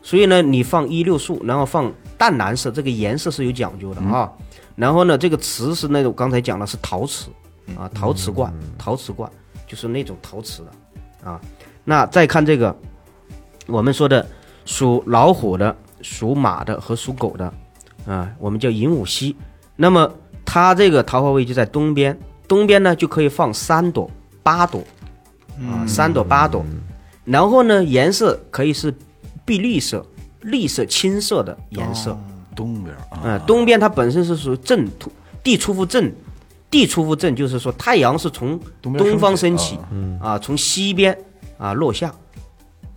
S5: 所以呢，你放一六数，然后放淡嗯蓝色，这个颜色是有讲究的啊。然后呢，这个瓷是那种刚才讲的是陶瓷，啊，陶瓷罐，陶瓷罐就是那种陶瓷的啊。那再看这个，我们说的属老虎的、属马的和属狗的，啊，我们叫寅午夕。那么它这个桃花位就在东边，东边呢就可以放三朵、八朵，啊，三朵、八朵。然后呢，颜色可以是碧绿色、绿色、青色的颜色。
S6: 东边啊，
S5: 嗯，东边它本身是属于正土地出复正，地出复正就是说太阳是从
S6: 东边升起
S5: 东方升起
S6: 啊，
S5: 啊，从西边啊落下，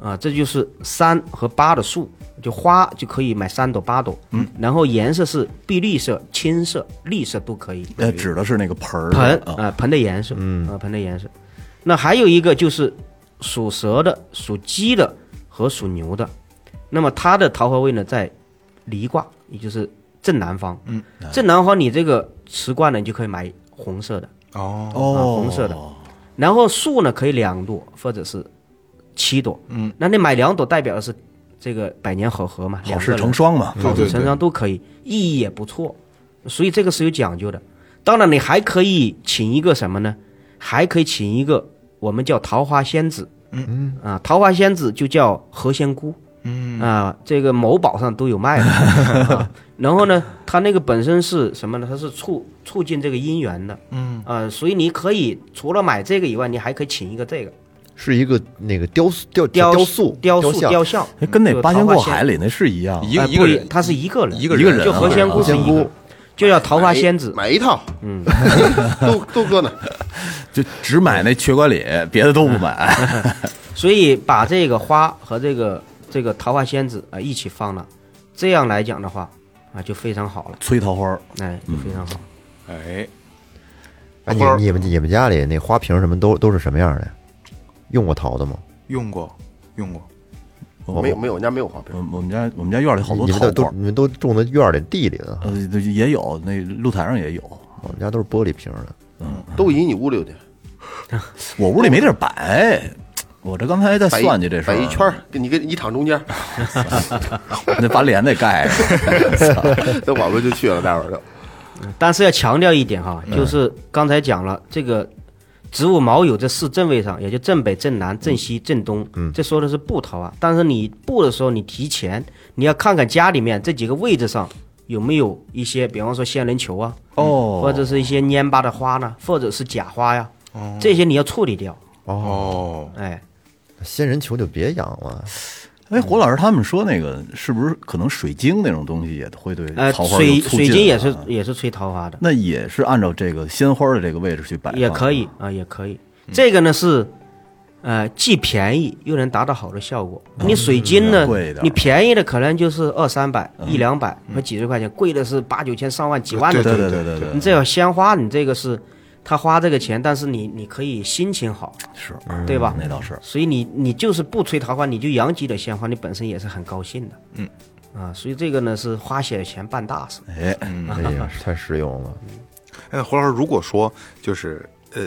S5: 啊，这就是三和八的数，就花就可以买三朵八朵，嗯，然后颜色是碧绿色、青色、绿色都可以，
S6: 呃，指的是那个盆儿
S5: 盆
S6: 啊，
S5: 啊盆的颜色，嗯啊盆的颜色，那还有一个就是属蛇的、属鸡的和属牛的，那么它的桃花位呢在离卦，也就是正南方。嗯，正南方你这个瓷罐呢，你就可以买红色的，
S4: 哦，
S5: 啊
S6: 哦，
S5: 红色的。然后树呢可以两朵或者是七朵。嗯，那你买两朵代表的是这个百年好合嘛，
S6: 好
S5: 两
S6: 事
S5: 个人
S6: 成双嘛，
S5: 好
S4: 对
S5: 事
S4: 对
S5: 成双都可以，意义也不错，所以这个是有讲究的。当然，你还可以请一个什么呢？还可以请一个我们叫桃花仙子，嗯啊，桃花仙子就叫何仙姑，嗯啊，这个某宝上都有卖的。啊然后呢，它那个本身是什么呢？它是促促进这个姻缘的，嗯啊，所以你可以除了买这个以外，你还可以请一个这个
S3: 是一个那个雕塑雕
S5: 雕
S3: 塑
S5: 雕塑
S3: 像
S5: 雕像
S6: 哎，跟那八仙过海
S5: 里
S6: 里那是一样，
S4: 一个
S5: 嗯呃一
S4: 一个人，
S5: 他是一个人，
S4: 一个人一个人啊
S5: 就何仙姑是一个人，就叫桃花仙子。
S2: 买一套，嗯， (laughs) 都都搁那，
S6: 就只买那瘸瓜李，别的都不
S5: 嗯
S6: 买。
S5: 所以把这个花和这个这个桃花仙子啊、一起放了，这样来讲的话啊就非常好了，
S6: (laughs) 催桃花儿，
S5: 哎，
S4: 嗯
S5: 就非常好。
S4: 哎，
S3: 哎你你们你们家里那花瓶什么都都是什么样的呀？用过桃的吗？
S4: 用过，用过，
S6: 我
S2: 没有没有，我家没有花瓶，
S6: 我我们家我们家院里好多
S3: 你们
S6: 桃花
S3: 的都
S6: 儿，
S3: 你们都种在院里地里的，
S6: 呃，也有那露台上也有。
S3: 我们家都是玻璃瓶的。
S2: 都移你屋里去，
S6: 我屋里没地儿摆，我这刚才在
S2: 摆
S6: 算计这事儿，啊
S2: 摆一圈儿，给你跟你躺中间， (laughs)
S6: 那把脸得盖
S5: (laughs)
S6: 上。
S2: 这网络就去了，待会儿就。
S5: 但是要强调一点哈，
S4: 嗯
S5: 就是刚才讲了这个植物毛有这四正位上，也就正北、正南、正西、正东，
S4: 嗯
S5: 这说的是布桃啊。但是你布的时候，你提前你要看看家里面这几个位置上有没有一些，比方说仙人球啊，
S6: 哦，
S5: 或者是一些蔫巴的花呢，或者是假花呀，
S6: 哦
S5: 这些你要处理掉。
S4: 哦，
S5: 哎，
S3: 仙人球就别养了，
S6: 哎，胡老师他们说那个是不是可能水晶那种东西也会对
S5: 呃，
S6: 桃花有
S5: 水
S6: 促
S5: 水
S6: 进
S5: 晶也
S6: 啊
S5: 是也是催桃花的，
S6: 那也是按照这个鲜花嗯的这个位置去摆放，
S5: 也可以啊，也可以。这个呢是，呃，既便宜又能达到好的效果。你水晶呢
S6: 嗯贵一点，
S5: 你便宜的可能就是二三百、一两百和几十块钱，贵的是八九千、上万、几万
S4: 对
S5: 的。
S6: 对对
S4: 对
S6: 对对
S5: 你这要鲜花，你这个是，他花这个钱，但是你你可以心情好，
S6: 是，嗯
S5: 对吧？
S6: 那倒是。
S5: 所以你你就是不吹桃花，你就养几朵鲜花，你本身也是很高兴的。嗯，啊，所以这个呢是花小钱办大事。
S6: 哎，
S4: 嗯
S3: 哎
S4: (laughs)
S3: 呀，太实用了。
S4: 哎，胡老师，如果说就是呃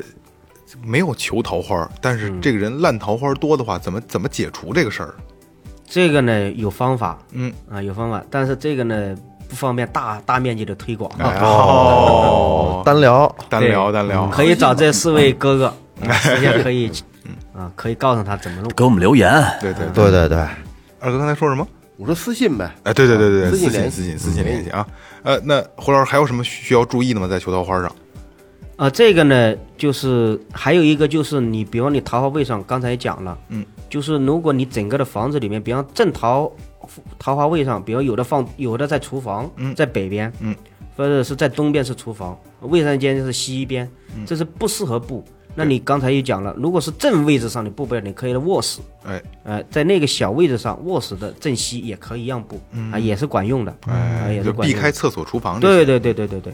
S4: 没有求桃花，但是这个人烂桃花多的话，怎么怎么解除这个事儿？
S5: 这个呢有方法，
S4: 嗯
S5: 啊有方法，但是这个呢不方便大大面积的推广，
S4: 哦，
S3: 单聊，
S4: 单聊单聊，
S5: 可以找这四位哥哥，啊直接可以，啊可以告诉他怎么弄。
S6: 给我们留言，
S4: 对对对。
S3: 对对对，
S4: 二哥刚才说什么？
S2: 我说私信呗，
S4: 哎，对对对对，私
S2: 私信
S4: 信
S2: 联
S4: 私
S2: 系
S4: 信私信联系啊。呃，那胡老师还有什么需要注意的吗？在求桃花上？
S5: 啊，这个呢就是还有一个就是你，比方你桃花位上刚才也讲了，嗯，就是如果你整个的房子里面，比方正桃桃花位上，比方有的放有的在厨房，嗯，在北边，嗯，或者是在东边是厨房，卫生间是西边，
S4: 嗯
S5: 这是不适合布。那你刚才也讲了，如果是正位置上的布被，你可以卧室，
S4: 哎，
S5: 呃，在那个小位置上，卧室的正西也可以让布，啊，也是管用的，啊，也是
S4: 嗯哎就
S5: 管
S4: 避
S5: 用的
S4: 开。厕所、厨房这
S5: 对
S4: 些。
S5: 对对对对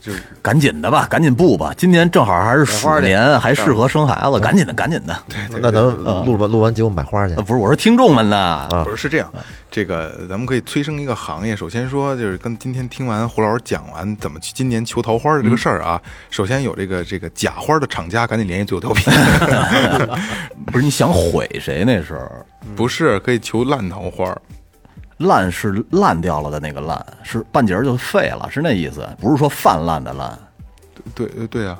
S5: 对，
S6: 赶紧的吧，赶紧布吧。今年正好还是鼠年，还适合生孩
S5: 嗯
S6: 子，赶紧的，赶紧的。
S3: 那咱们录完录完节目买花去
S4: 嗯
S6: 呃，。不是，我说听众们
S5: (laughs)
S6: 呐，
S4: 不是是这样，
S5: 嗯
S4: 这个咱们可以催生一个行业。首先说，就是跟今天听完胡老师讲完怎么去今年求桃花的这个
S5: 嗯
S4: 事儿啊，首先有这个这个假花的厂家赶紧联系最后调
S5: (laughs)
S4: 频，
S6: 不是你想毁谁那是
S4: 不是可以求烂桃花。
S6: 烂是烂掉了的那个烂，是半截儿就废了，是那意思，不是说泛滥的烂。
S4: 呃对对对啊，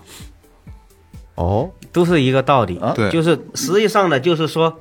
S3: 哦，
S5: 都是一个道理。
S4: 啊对
S5: 就是实际上呢，就是说，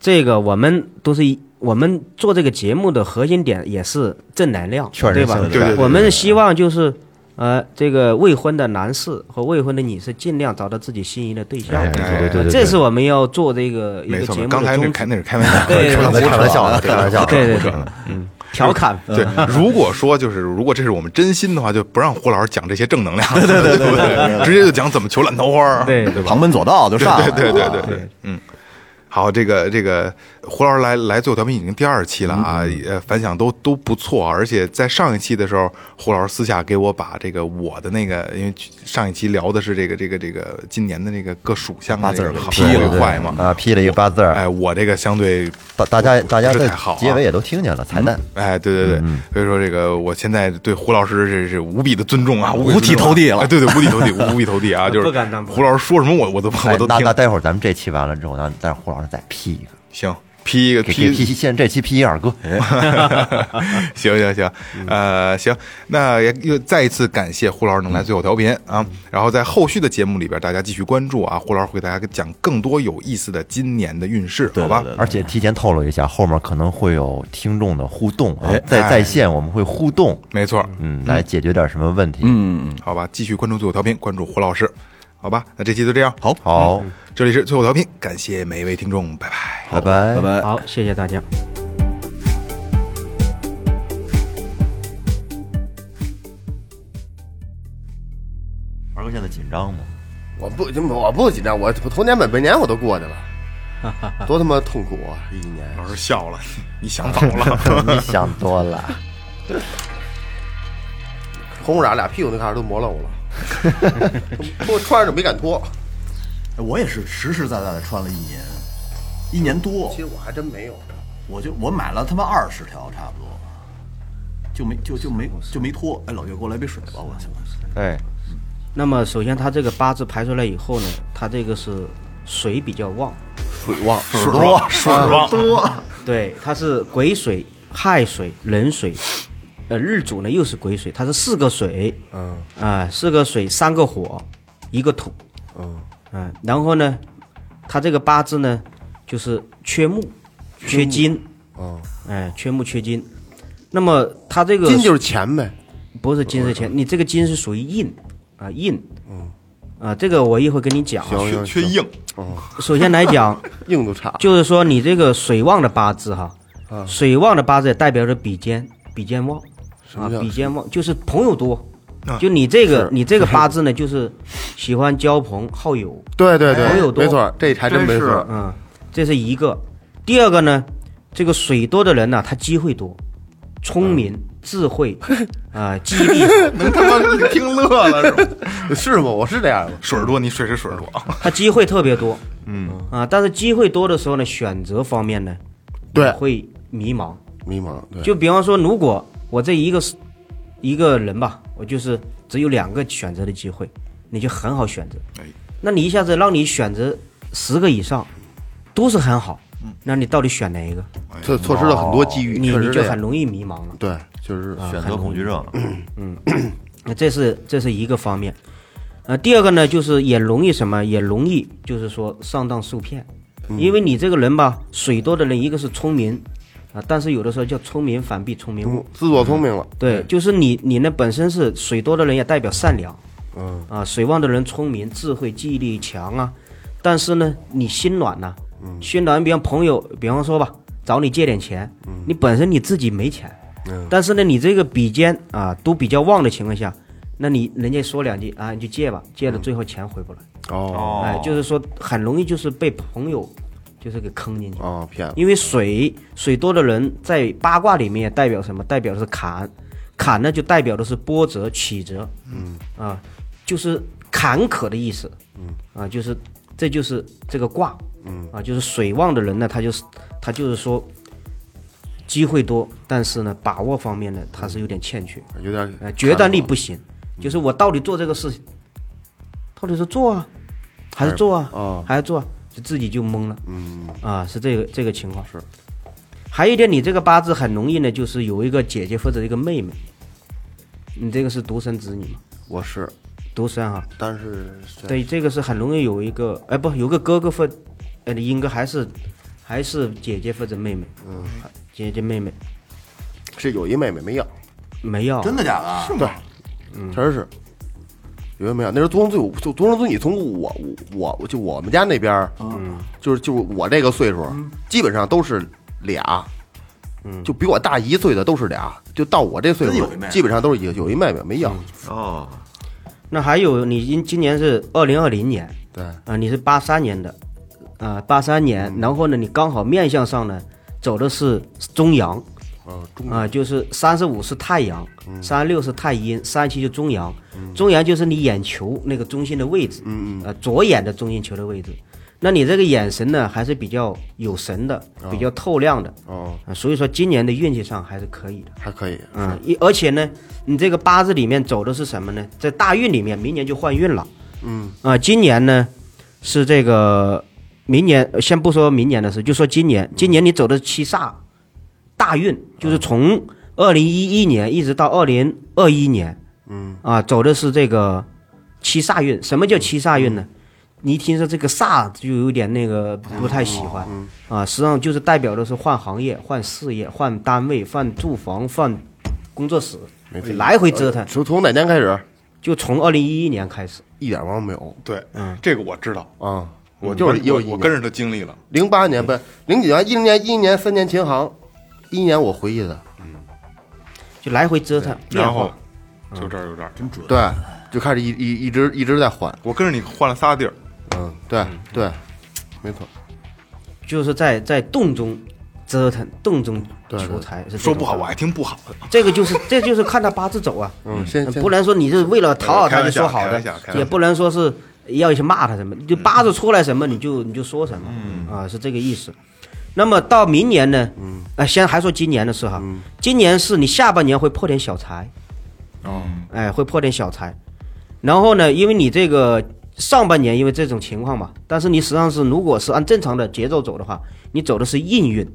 S5: 这个我们都是一我们做这个节目的核心点也是正能量，
S3: 劝人
S5: 对吧
S3: 向？善
S4: 对对对
S5: 我们希望就是。呃，这个未婚的男士和未婚的女士尽量找到自己心仪的对象，
S3: 哎，对对对对，
S5: 这是我们要做这个一
S4: 没
S5: 个
S4: 错
S5: 节，目
S4: 刚才
S5: 的
S4: 那
S5: 宗
S4: 开
S5: 旨。
S4: 那是开玩笑，
S5: (laughs) 对
S3: 刚才开
S4: 啊
S3: 玩笑的，开玩笑的，
S5: 对对对，嗯，调侃，
S4: 对，如果说就是如果这是我们真心的话，就不让胡老师讲这些正能量，对对对对对，直接就讲怎么求烂桃花儿，
S5: 嗯对
S4: 对吧？
S6: 旁门左道就上来
S4: 对
S6: 了，
S4: 对对对对，嗯。好，这个这个胡老师来来最后调频已经第二期了
S3: 嗯
S4: 啊，呃，反响都都不错，啊而且在上一期的时候，胡老师私下给我把这个我的那个，因为上一期聊的是这个这个这个今年的这个各属相的这个好
S6: 批了
S4: 和坏嘛，
S3: 啊，批了一个八字儿，
S4: 哎，我这个相对
S3: 大大家
S4: 不
S3: 大家
S4: 不是
S3: 在
S4: 太好啊
S3: 结尾也都听见了，彩蛋，
S4: 哎，对对对，
S3: 嗯
S4: 所以说这个我现在对胡老师这是无比的尊重啊，无比的
S6: 五体
S4: 尊重啊
S6: 投地了
S4: 哎对对，无体投地，无无体投地啊，就是
S5: (laughs) 不敢当不敢当
S4: 胡老师说什么我我都我
S3: 哎
S4: 都
S3: 那
S4: 听
S3: 那，待会儿咱们这期完了之后，咱咱胡老师再批一个，
S4: 行，批一个
S3: 给给批
S4: 批，
S3: 现在这期批一二哥，
S4: (laughs) 行行行，呃，行，那也又再一次感谢胡老师能来最后调频啊，然后在后续的节目里边，大家继续关注啊，胡老师会给大家讲更多有意思的今年的运势，好吧？
S3: 而且提前透露一下，后面可能会有听众的互动啊，在
S4: 哎
S3: 在线我们会互动，
S4: 没错，
S3: 嗯，来解决点什么问题，
S6: 嗯，
S4: 好吧，继续关注最后调频，关注胡老师，好吧？那这期就这样，
S6: 好，
S3: 好，
S4: 这里是最后调频，感谢每一位听众，拜拜。
S3: 拜拜
S6: 拜拜。
S5: 好，谢谢大家。
S3: 二哥现在紧张吗？
S2: 我不，我不紧张，我头年本本年我都过去了，多他妈痛苦啊！ (laughs) 一年，
S4: 老师笑了，你想早了。
S3: 你想多了，
S2: 红色俩屁股那卡都磨漏了， (laughs) 脱穿着没敢脱。
S6: 我也是实实在在的穿了一年，一年多
S2: 其，实我还真没有，
S6: 我就我买了他妈二十条差不多，就没就就没就没脱。哎，老岳，给我来杯水吧，我去。
S3: 哎，
S5: 那么首先它这个八字排出来以后呢，它这个是水比较旺，
S2: 水旺
S6: 水多，水多，
S5: 对，它是癸水、亥水、壬水，呃，日主呢又是癸水，它是四个水，嗯，啊、四个水，三个火，一个土，嗯，然后呢，它这个八字呢就是缺木、缺金，
S2: 哦，
S5: 哎、缺木缺金。那么它这个
S2: 金就是嗯钱呗。
S5: 不是金是钱，你这个金是属于印啊印，嗯，啊，这个我一会儿跟你讲啊。
S2: 行
S4: 缺硬，
S5: 首先来讲，
S2: 硬度差，
S5: 就是说你这个水旺的八字哈，
S2: 啊
S5: 水旺的八字也代表着比肩，比肩旺啊
S2: 么叫，啊
S5: 比肩旺就是朋友多。就你这个，你这个八字呢，就是喜欢交朋好友，
S2: 对对对，
S5: 朋哎友多
S2: 没错，这还真没错。
S5: 嗯，这是一个。第二个呢，这个水多的人呢、他机会多，聪明、智
S2: (laughs)
S5: 慧啊、记忆力好，
S2: 能他妈听乐了是吗？ (laughs) 是吗？我是这样的，
S4: 水儿多，你水是水儿多。啊
S5: 他机会特别多。嗯啊，但是机会多的时候呢，选择方面呢，
S2: 对
S5: 会迷茫。
S2: 迷茫，对，
S5: 就比方说，如果我这一个是一个人吧，我就是只有两个选择的机会，你就很好选择。
S2: 哎
S5: 那你一下子让你选择十个以上，都是很好，那你到底选哪一个？
S2: 错错失了很多机遇，
S5: 哎你
S2: 嗯确
S5: 你就
S2: 实这样
S5: 很啊容易迷茫了。
S2: 对，就是
S3: 选择恐惧症，
S5: 那这是这是一个方面。呃，第二个呢，就是也容易什么，也容易就是说上当受骗，
S2: 嗯
S5: 因为你这个人吧，水多的人，一个是聪明啊，但是有的时候叫聪明反被聪明误。
S2: 自作聪明了，
S5: 对，就是你你呢本身是水多的人，也代表善良，嗯啊，水旺的人聪明、智慧、记忆力强啊，但是呢，你心软呐、嗯，心软，比方朋友，比方说吧，找你借点钱，嗯，你本身你自己没钱，嗯，但是呢，你这个比肩啊都比较旺的情况下，那你人家说两句啊，你就借吧，借了最后钱回不来，
S2: 哦
S5: 哎，就是说很容易就是被朋友就是给坑进去，
S2: 哦，骗了，
S5: 因为水水多的人在八卦里面代表什么？代表的是坎，坎呢就代表的是波折、曲折，嗯啊，就是坎坷的意思，嗯啊，就是这就是这个卦，嗯啊，就是水旺的人呢，他就是他就是说机会多，但是呢把握方面呢他是有点欠缺，
S2: 有点
S5: 呃，决断力不行，就是我到底做这个事情，到底是做啊，还是做啊，还是做、啊，就自己就懵了，嗯，啊，是这个这个情况是。还有一点，你这个八字很容易呢，就是有一个姐姐或者一个妹妹，你这个是独生子女嘛，
S2: 我是
S5: 独生哈，
S2: 但是
S5: 对，这个是很容易有一个，哎，不，有个哥哥或，呃，应该还是还是姐姐或者妹妹，嗯，姐姐妹妹
S2: 是有一妹妹没要，
S5: 没啊要，
S7: 真的假的？
S2: 对，确实是。有一妹妹没有？那时候独生子女，就独生子女从我我我就我们家那边儿，
S7: 嗯
S2: 就是就是我这个岁数，基本上都是俩，
S4: 嗯
S2: 就比我大一岁的都是俩，就到我这岁
S7: 真
S2: 数
S7: 有一妹，妹
S2: 基本上都是有有一妹妹没要。
S7: 哦，
S5: 那还有你今今年是二零二零年，
S2: 对
S5: 啊、你是八三年的，啊、八三年，然后呢，你刚好面相上呢走的是中阳，嗯啊、就是三十五是太阳，三十六是太阴，三十七就中阳，中阳就是你眼球那个中心的位置，嗯嗯，呃，左眼的中心球的位置。那你这个眼神呢，还是比较有神的，比较透亮的，
S2: 哦，
S5: 啊所以说今年的运气上还是可以的。
S2: 还可以。
S5: 嗯，一而且呢，你这个八字里面走的是什么呢？在大运里面，明年就换运了。嗯啊、今年呢是这个，明年呃先不说明年的事，就说
S4: 嗯
S5: 今年，今年你走的七煞大运，就是从二零一一年一直到二零二一年，嗯啊、走的是这个七煞运。什
S4: 嗯
S5: 么叫七煞运呢？你一听说这个煞就有点那个不太喜欢，
S4: 嗯
S5: 啊，实际上就是代表的是换行业、换事业、换单位、换住房、换工作室，来回折腾。
S2: 从从哪年开始，
S5: 就从二零一一年开始，
S2: 一点毛病没有
S4: 对，这个我知道，
S2: 啊。
S4: 我
S2: 就
S4: 嗯
S2: 是
S4: 我
S2: 有一
S4: 我
S2: 年
S4: 跟着他经历了，
S2: 零八年不零几年，一零年、一一年三年琴行，一一年我回去的，
S5: 就来回折腾变
S4: 然后
S5: 化。
S4: 就这儿有这儿，
S2: 对，就开始一一一直一直在换，
S4: 我跟着你换了仨地儿，
S2: 嗯，对对，没错，
S5: 就是在在洞中折腾，洞中
S2: 对对
S5: 求财是这种
S4: 说不好我还挺不好的，
S5: 这个就是这就是看他八字
S4: (laughs)
S5: 走啊，
S2: 嗯，先先
S5: 不能说你是为了讨好他就说好
S4: 开
S5: 的
S4: 玩笑开玩笑开，嗯玩笑
S5: 也不能说是要去骂他什么，就八字出来什么你就你就说什么，
S4: 嗯
S5: 啊是这个意思。那么到明年呢，啊先还说今年的事哈，
S4: 嗯
S5: 今年是你下半年会破点小财，
S4: 哦
S5: 哎会破点小财，然后呢，因为你这个上半年因为这种情况嘛，但是你实际上是如果是按正常的节奏走的话，你走的是印运，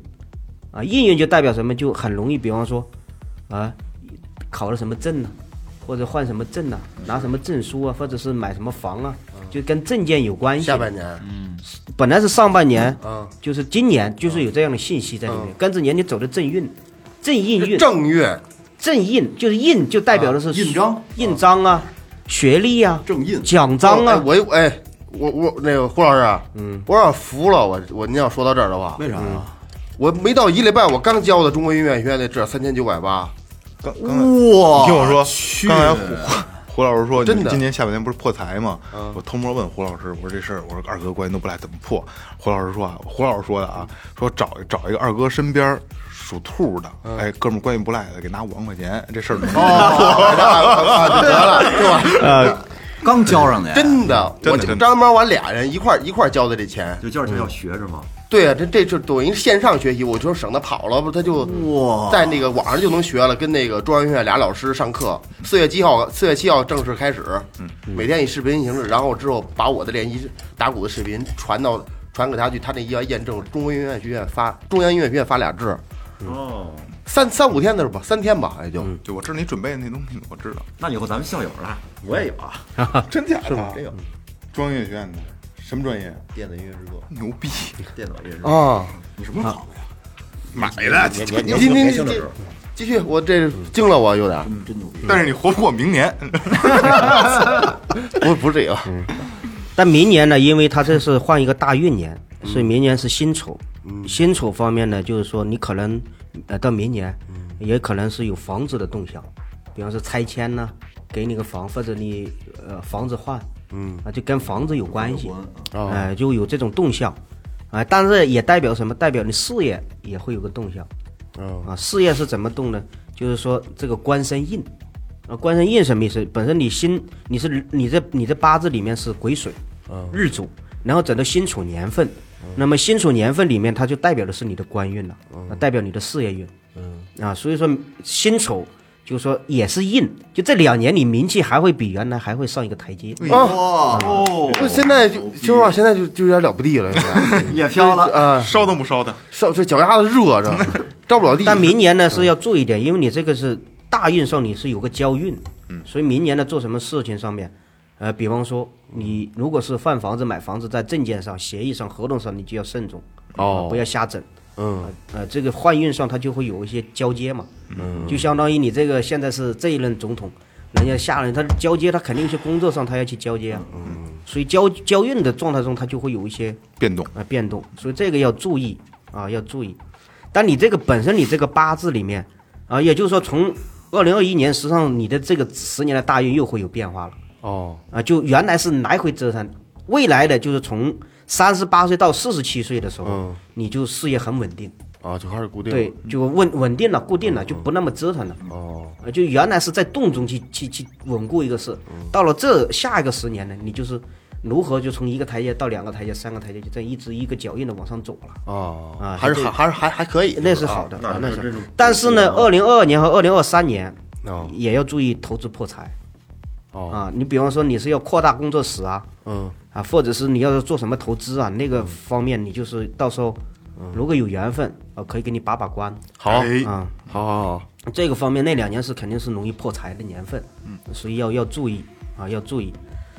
S5: 啊印运就代表什么？就很容易，比方说啊考了什么证呢、或者换什么证呢、拿什么证书啊，或者是买什么房啊，就跟证件有关系。
S2: 嗯下半年，
S5: 本来是上半年，
S2: 嗯，
S5: 就是今年就是有这样的信息在里面，跟着年你走的正运，正印运，
S2: 正啊月
S5: 正印就是印，就代表的是
S7: 印章、
S5: 印章啊、学历啊、
S7: 正印
S5: 奖章啊。
S2: 我我哎，我我那个胡老师啊，嗯，我有点服了，我我您要说到这儿的话，
S7: 为啥
S4: 啊
S7: 呀？
S2: 我没到一礼拜，我刚交的中国音乐学院那证三千九百八，
S4: 刚刚才
S2: 哇
S4: 你听我说，刚才胡 (laughs)
S7: 去
S4: 胡胡老师说，
S2: 真
S4: 你
S2: 的
S4: 今年下半年不是破财吗？我偷摸问胡老师，我说这事儿，我说二哥关系都不赖，怎么破？胡老师说啊，胡老师说的啊，说找找一个二哥身边属兔的，哎，哥们儿关系不赖的，给拿五万块钱，这 (laughs) 事儿能
S2: 啊，得了，
S6: (laughs)
S2: 对吧？
S6: 刚交上去，
S2: 真的，
S4: 真的
S2: 我
S4: 真的
S2: 这张猫我俩人一块儿一块儿交的这钱，
S7: 就叫这
S3: 嗯
S7: 叫学是吗？
S2: 对啊，这这就等于线上学习，我就省得跑了，不他就
S7: 哇
S2: 在那个网上就能学了，跟那个中央音乐俩老师上课。四月七号，四月七号正式开始，
S7: 嗯
S2: 每天以视频形式，然后之后把我的练习打鼓的视频传到传给他去，他那要验证中国音乐学院发中央音乐学院发俩制，
S7: 哦，
S2: 三三五天的是吧？三天吧，也就
S4: 对，我知道你准备的那东西，我知道，
S7: 那以后咱们校友了，我也有啊。
S4: 真假的吗？真有，中央音乐学院的，什么专业？
S7: 电子音乐制作，
S4: 牛逼，
S7: 电脑音乐制作，
S2: 啊。
S7: 你什么时候考的呀？
S4: 买的，
S2: 你你你
S7: 年轻的
S2: 你
S7: 时候嗯
S2: 继续，我这惊了我有点儿，
S7: 真牛逼！
S4: 但是你活不过明年，
S2: 不不啊是这个，
S5: 但明年呢，因为它这是换一个大运年，所以明年是辛丑。辛丑方面呢，就是说你可能呃到明年，也可能是有房子的动向，比方说拆迁呢、给你个房或者你呃房子换，嗯啊就跟房子有关系，哎、就有这种动向，啊、但是也代表什么？代表你事业也会有个动向，啊，事业是怎么动呢？就是说这个官身印，啊，官身印什么意思？本身你辛，你是你这你这八字里面是癸水，日主，然后整到辛丑年份，那么辛丑年份里面它就代表的是你的官运了，啊代表你的事业运，啊，所以说辛丑就是说也是印，就这两年你名气还会比原来还会上一个台阶，
S2: 啊
S7: 哇哦，
S2: 我现在就说实话，现在就就有点了不地了，现在
S7: 也飘了。
S2: 啊，
S4: 烧都不烧的，
S2: 烧这脚丫子热着，着不了地。
S5: 但明年呢是要注意嗯点，因为你这个是大运上你是有个交运，所以明年呢做什么事情上面，啊、呃，比方说你如果是换房子、买房子，在证件上、协议上、合同上，你就要慎重
S2: 哦
S5: 啊不要瞎整。嗯，呃，这个换运上它就会有一些交接嘛，嗯，就相当于你这个现在是这一任总统，人家下任他交接，他肯定是工作上他要去交接啊，嗯，所以交交运的状态中，他就会有一些
S4: 变动。
S5: 啊变动，所以这个要注意啊，要注意。但你这个本身你这个八字里面啊，也就是说从二零二一年，实际上你的这个十年的大运又会有变化了
S2: 哦，
S5: 啊，就原来是来回折腾，未来的就是从三十八岁到四十七岁的时候，你就事业很稳定，
S2: 啊，就开始固定
S5: 对
S2: 了，，
S5: 就稳稳定了，固定了，就不那么折腾了。
S2: 嗯哦，
S5: 呃，就原来是在洞中去去去稳固一个事，
S2: 嗯
S5: 到了这下一个十年呢，你就是如何就从一个台阶到两个台阶、三个台阶，就这样一直一个脚印的往上走了。
S2: 哦，
S5: 啊
S2: 还是
S5: 这
S2: 还还是还还可以，
S5: 那是好的，
S7: 那
S5: 啊
S7: 那
S5: 那
S7: 真是。
S5: 是但是呢，二零二二年和二零二三年
S2: 嗯哦
S5: 也要注意投资破财
S2: 哦
S5: 啊！你比方说你是要扩大工作室啊，
S2: 嗯，
S5: 啊，或者是你要是做什么投资啊，那个方面你就是到时候
S2: 嗯
S5: 如果有缘分啊，可以给你把把关
S2: 好，
S7: 哎
S5: 啊。
S2: 好好好，
S5: 这个方面那两年是肯定是容易破财的年份，嗯，所以要要注意啊，要注意。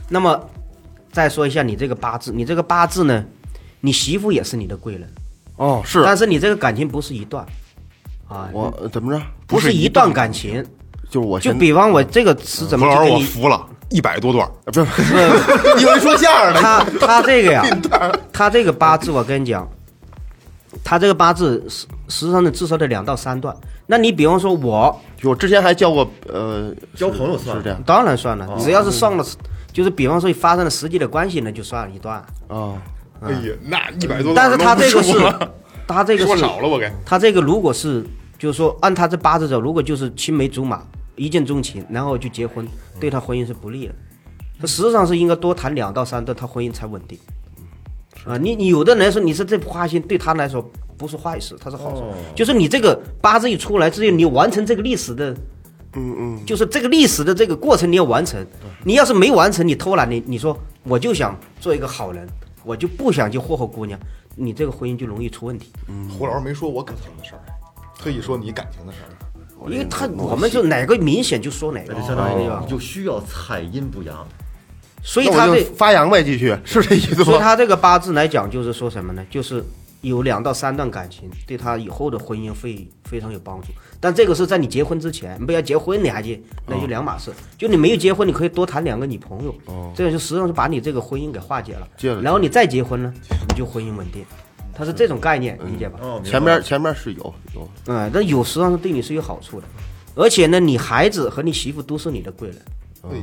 S5: 那么再说一下你这个八字，你这个八字呢，你媳妇也是你的贵人，
S2: 哦，是
S5: 但是你这个感情不是一段啊，
S2: 我呃怎么着？
S5: 不是一段嗯感情。
S2: 就是我
S5: 就
S2: 现
S5: 比方我这个词怎
S4: 何
S5: 么
S4: 老
S5: 就
S4: 师，
S5: 给
S4: 我
S5: 你，
S4: 服了，一百多段儿，
S2: 啊不是，以为说相声呢，
S5: (laughs) 他他这 (laughs) 个呀，他这个八字我跟你讲，他这个八字实实际上呢至少得两到三段。那你比方说我，
S2: 我之前还交过呃
S7: 交朋友
S2: 是
S7: 算
S2: 这样
S5: 当然算了，只要是上了，就是比方说发生了实际的关系，那就算一段。
S2: 啊，
S4: 哎呀，那一百多段
S5: 但
S4: 儿
S5: 是
S4: 都
S5: 他这个
S4: 不
S5: 是
S4: 说了，
S5: 他这个
S4: 说
S5: 是，
S4: 少了我给。
S5: 他这个如果是，就是说按他这八字走，如果就是青梅竹马，一见钟情，然后就结婚，对他婚姻是不利的。他实际上是应该多谈两到三段，他婚姻才稳定。啊，你你有的人说你是这花心，对他来说不是坏事，他是好事。就是你这个八字一出来之后，你完成这个历史的，嗯嗯，就是这个历史的这个过程你要完成。你要是没完成，你偷懒，你你说我就想做一个好人，我就不想去霍霍姑娘，你这个婚姻就容易出问题。
S4: 胡老师没说我感情的事儿，特意说你感情的事儿。
S5: 因为他我们就哪个明显就说哪个
S7: 那就，相当于
S5: 对
S7: 你
S3: 哦
S5: 吧？
S7: 就需要采阴补阳，
S5: 所以
S2: 那
S5: 他
S2: 我
S5: 这
S2: 就，发扬呗，继续是这意思
S5: 所以
S2: 吗？
S5: 他这个八字来讲，就是说什么呢？就是有两到三段感情，对他以后的婚姻会非常有帮助。但这个是在你结婚之前，你不要结婚你还去，那就两码事。就你没有结婚，你可以多谈两个女朋友，这样就实际上是把你这个婚姻给化解了
S2: 接着。
S5: 然后你再结婚呢，你就婚姻稳定。它是这种概念，理解吧？
S7: 哦，明白
S2: 前边前边是有有
S5: 嗯，但有实际上是对你是有好处的，而且呢，你孩子和你媳妇都是你的贵人。嗯
S4: 对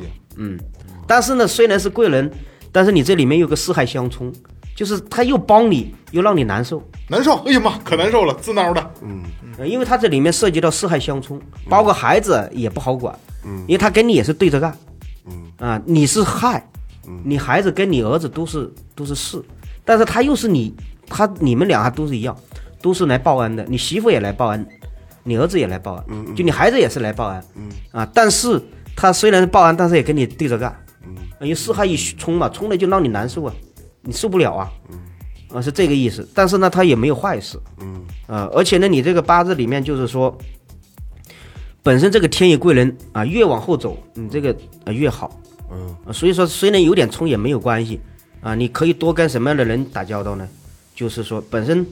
S4: 呀，
S5: 但是呢，虽然是贵人，但是你这里面有个四害相冲，就是他又帮你，又让你难受，
S4: 难受，哎呀妈，可难受了，自挠的。
S5: 呃因为他这里面涉及到四害相冲，包括孩子也不好管，嗯，因为他跟你也是对着干，嗯啊，你是害，你孩子跟你儿子都是都是是，但是他又是你，他你们俩都是一样，都是来报恩的，你媳妇也来报恩，你儿子也来报恩，就你孩子也是来报恩，啊，但是他虽然是报恩，但是也跟你对着干，啊因为四害一冲嘛，冲了就让你难受啊，你受不了啊，啊是这个意思，但是呢，他也没有坏事，呃，而且呢，你这个八字里面就是说，本身这个天野贵人啊，越往后走，你这个呃越好，嗯、所以说虽然有点冲也没有关系啊，你可以多跟什么样的人打交道呢？就是说本身，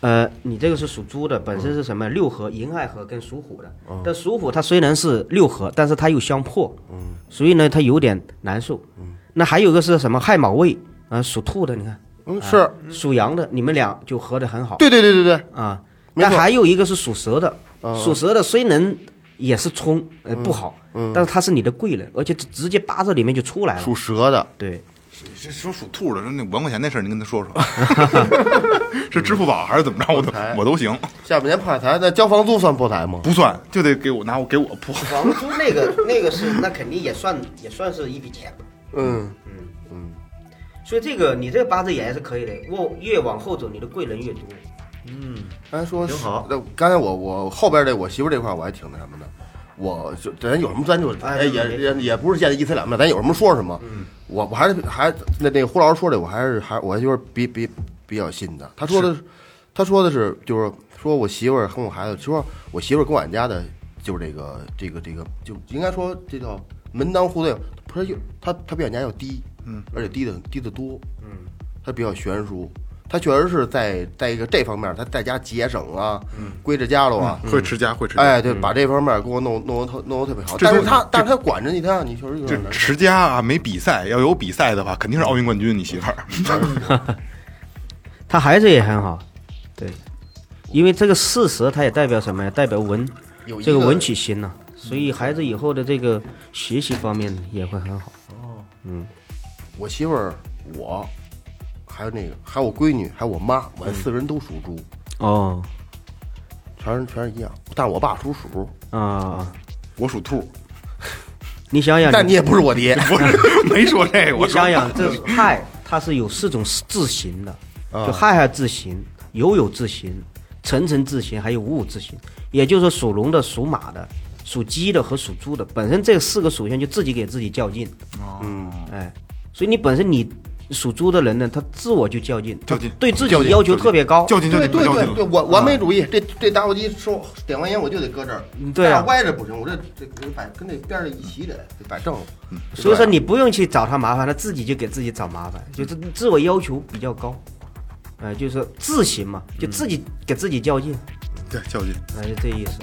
S5: 呃，你这个是属猪的，本身是什么六合、寅亥合跟属虎的，但属虎它虽然是六合，但是它又相破，嗯，所以呢，它有点难受。嗯，那还有一个是什么亥卯未啊，属兔的，你看
S2: 嗯是，
S5: 属羊的，你们俩就合得很好。
S2: 对对对对对，
S5: 啊，
S2: 没
S5: 但
S2: 错嗯
S5: 还有一个是属蛇的，属蛇的虽能也是冲，呃，不好，但是他是你的贵人，而且直直接八字里面就出来了
S2: 嗯属。蛇的
S5: 对，
S4: 这说属兔的，说那五万块钱那事儿，您跟他说说， (laughs) 是支付宝还是怎么着？我都我都行，
S2: 下半年破财，那交房租算破财吗？
S4: 不算就得给我拿我给我 (laughs) 破。
S5: 房租那个 (laughs) 那个是那肯定也算也算是一笔钱，
S2: 嗯，
S5: 所以这个你这个八字也还是可以的，往越往后走，你的贵人越多。
S2: 刚才说
S7: 挺好
S2: 那刚才我我后边这我媳妇这块儿我还挺那什么的，我就咱有什么咱就
S5: 哎
S2: 哎也也也不是现在一猜两面，咱有什么说什么。
S7: 嗯
S2: 我我还是还那那个胡老师说的，我还是还我还觉得比比比较信的。他说的是，他说的是就是说我媳妇儿跟我孩子，说我媳妇儿跟我俺家的，就是这个这个这个，就应该说这叫门当户对，不是有他他表现家要低，嗯，而且低的低的多，嗯，他比较悬殊，他确实是在在一个这方面，他在家节省啊，归着家了啊，
S4: 嗯会持家，会持家。
S2: 哎，对，把这方面给我弄弄得特弄得特别好，
S4: 这
S2: 但是
S4: 东西
S2: 他但是他管着你，他让你确实有
S4: 这
S2: 点难受。
S4: 持家啊，没比赛，要有比赛的话，肯定是奥运冠军。你媳妇儿，
S5: 他孩子也很好，对，因为这个事实它也代表什么呀？代表文
S2: 有一
S5: 这个文曲星呐、所以孩子以后的这个学习方面也会很好。
S2: 我媳妇儿，我，还有那个，还有我闺女，还有我妈，我
S4: 嗯
S2: 们四个人都属猪，
S5: 哦，
S2: 全是全是一样。但是我爸属鼠，
S5: 啊，
S4: (laughs) 我属兔，
S5: 你想想，
S2: 但你也不是我爹，
S4: 不 (laughs) 是没说这个。我
S5: 你
S4: 说 (laughs)
S5: 想想，这亥它是有四种字形的，
S4: 啊
S5: 就亥亥字形、酉酉字形、辰辰字形，还有午午字形。也就是说，属龙的、属马的、属鸡的和属猪的，本身这四个属相就自己给自己较劲。
S4: 哦
S5: 嗯，哎，所以你本身你属猪的人呢，他自我就较劲，
S4: 较劲
S5: 他对自
S4: 较
S5: 己
S4: 劲
S5: 要求特别高。
S4: 较劲较
S2: 对
S4: 劲
S2: 对
S4: 较
S2: 对对，
S4: 劲，
S2: 我完美主义，这这打火机收点完烟我就得搁这儿，
S5: 对啊
S2: 这样歪着不行，我这这这摆跟那边儿一起得得摆正了。
S5: 所以说你不用去找他麻烦，他自己就给自己找麻烦，就是自我要求比较高，哎呃，就是说自行嘛，就自己给自己较劲，
S4: 对较劲。
S5: 呃，就这意思。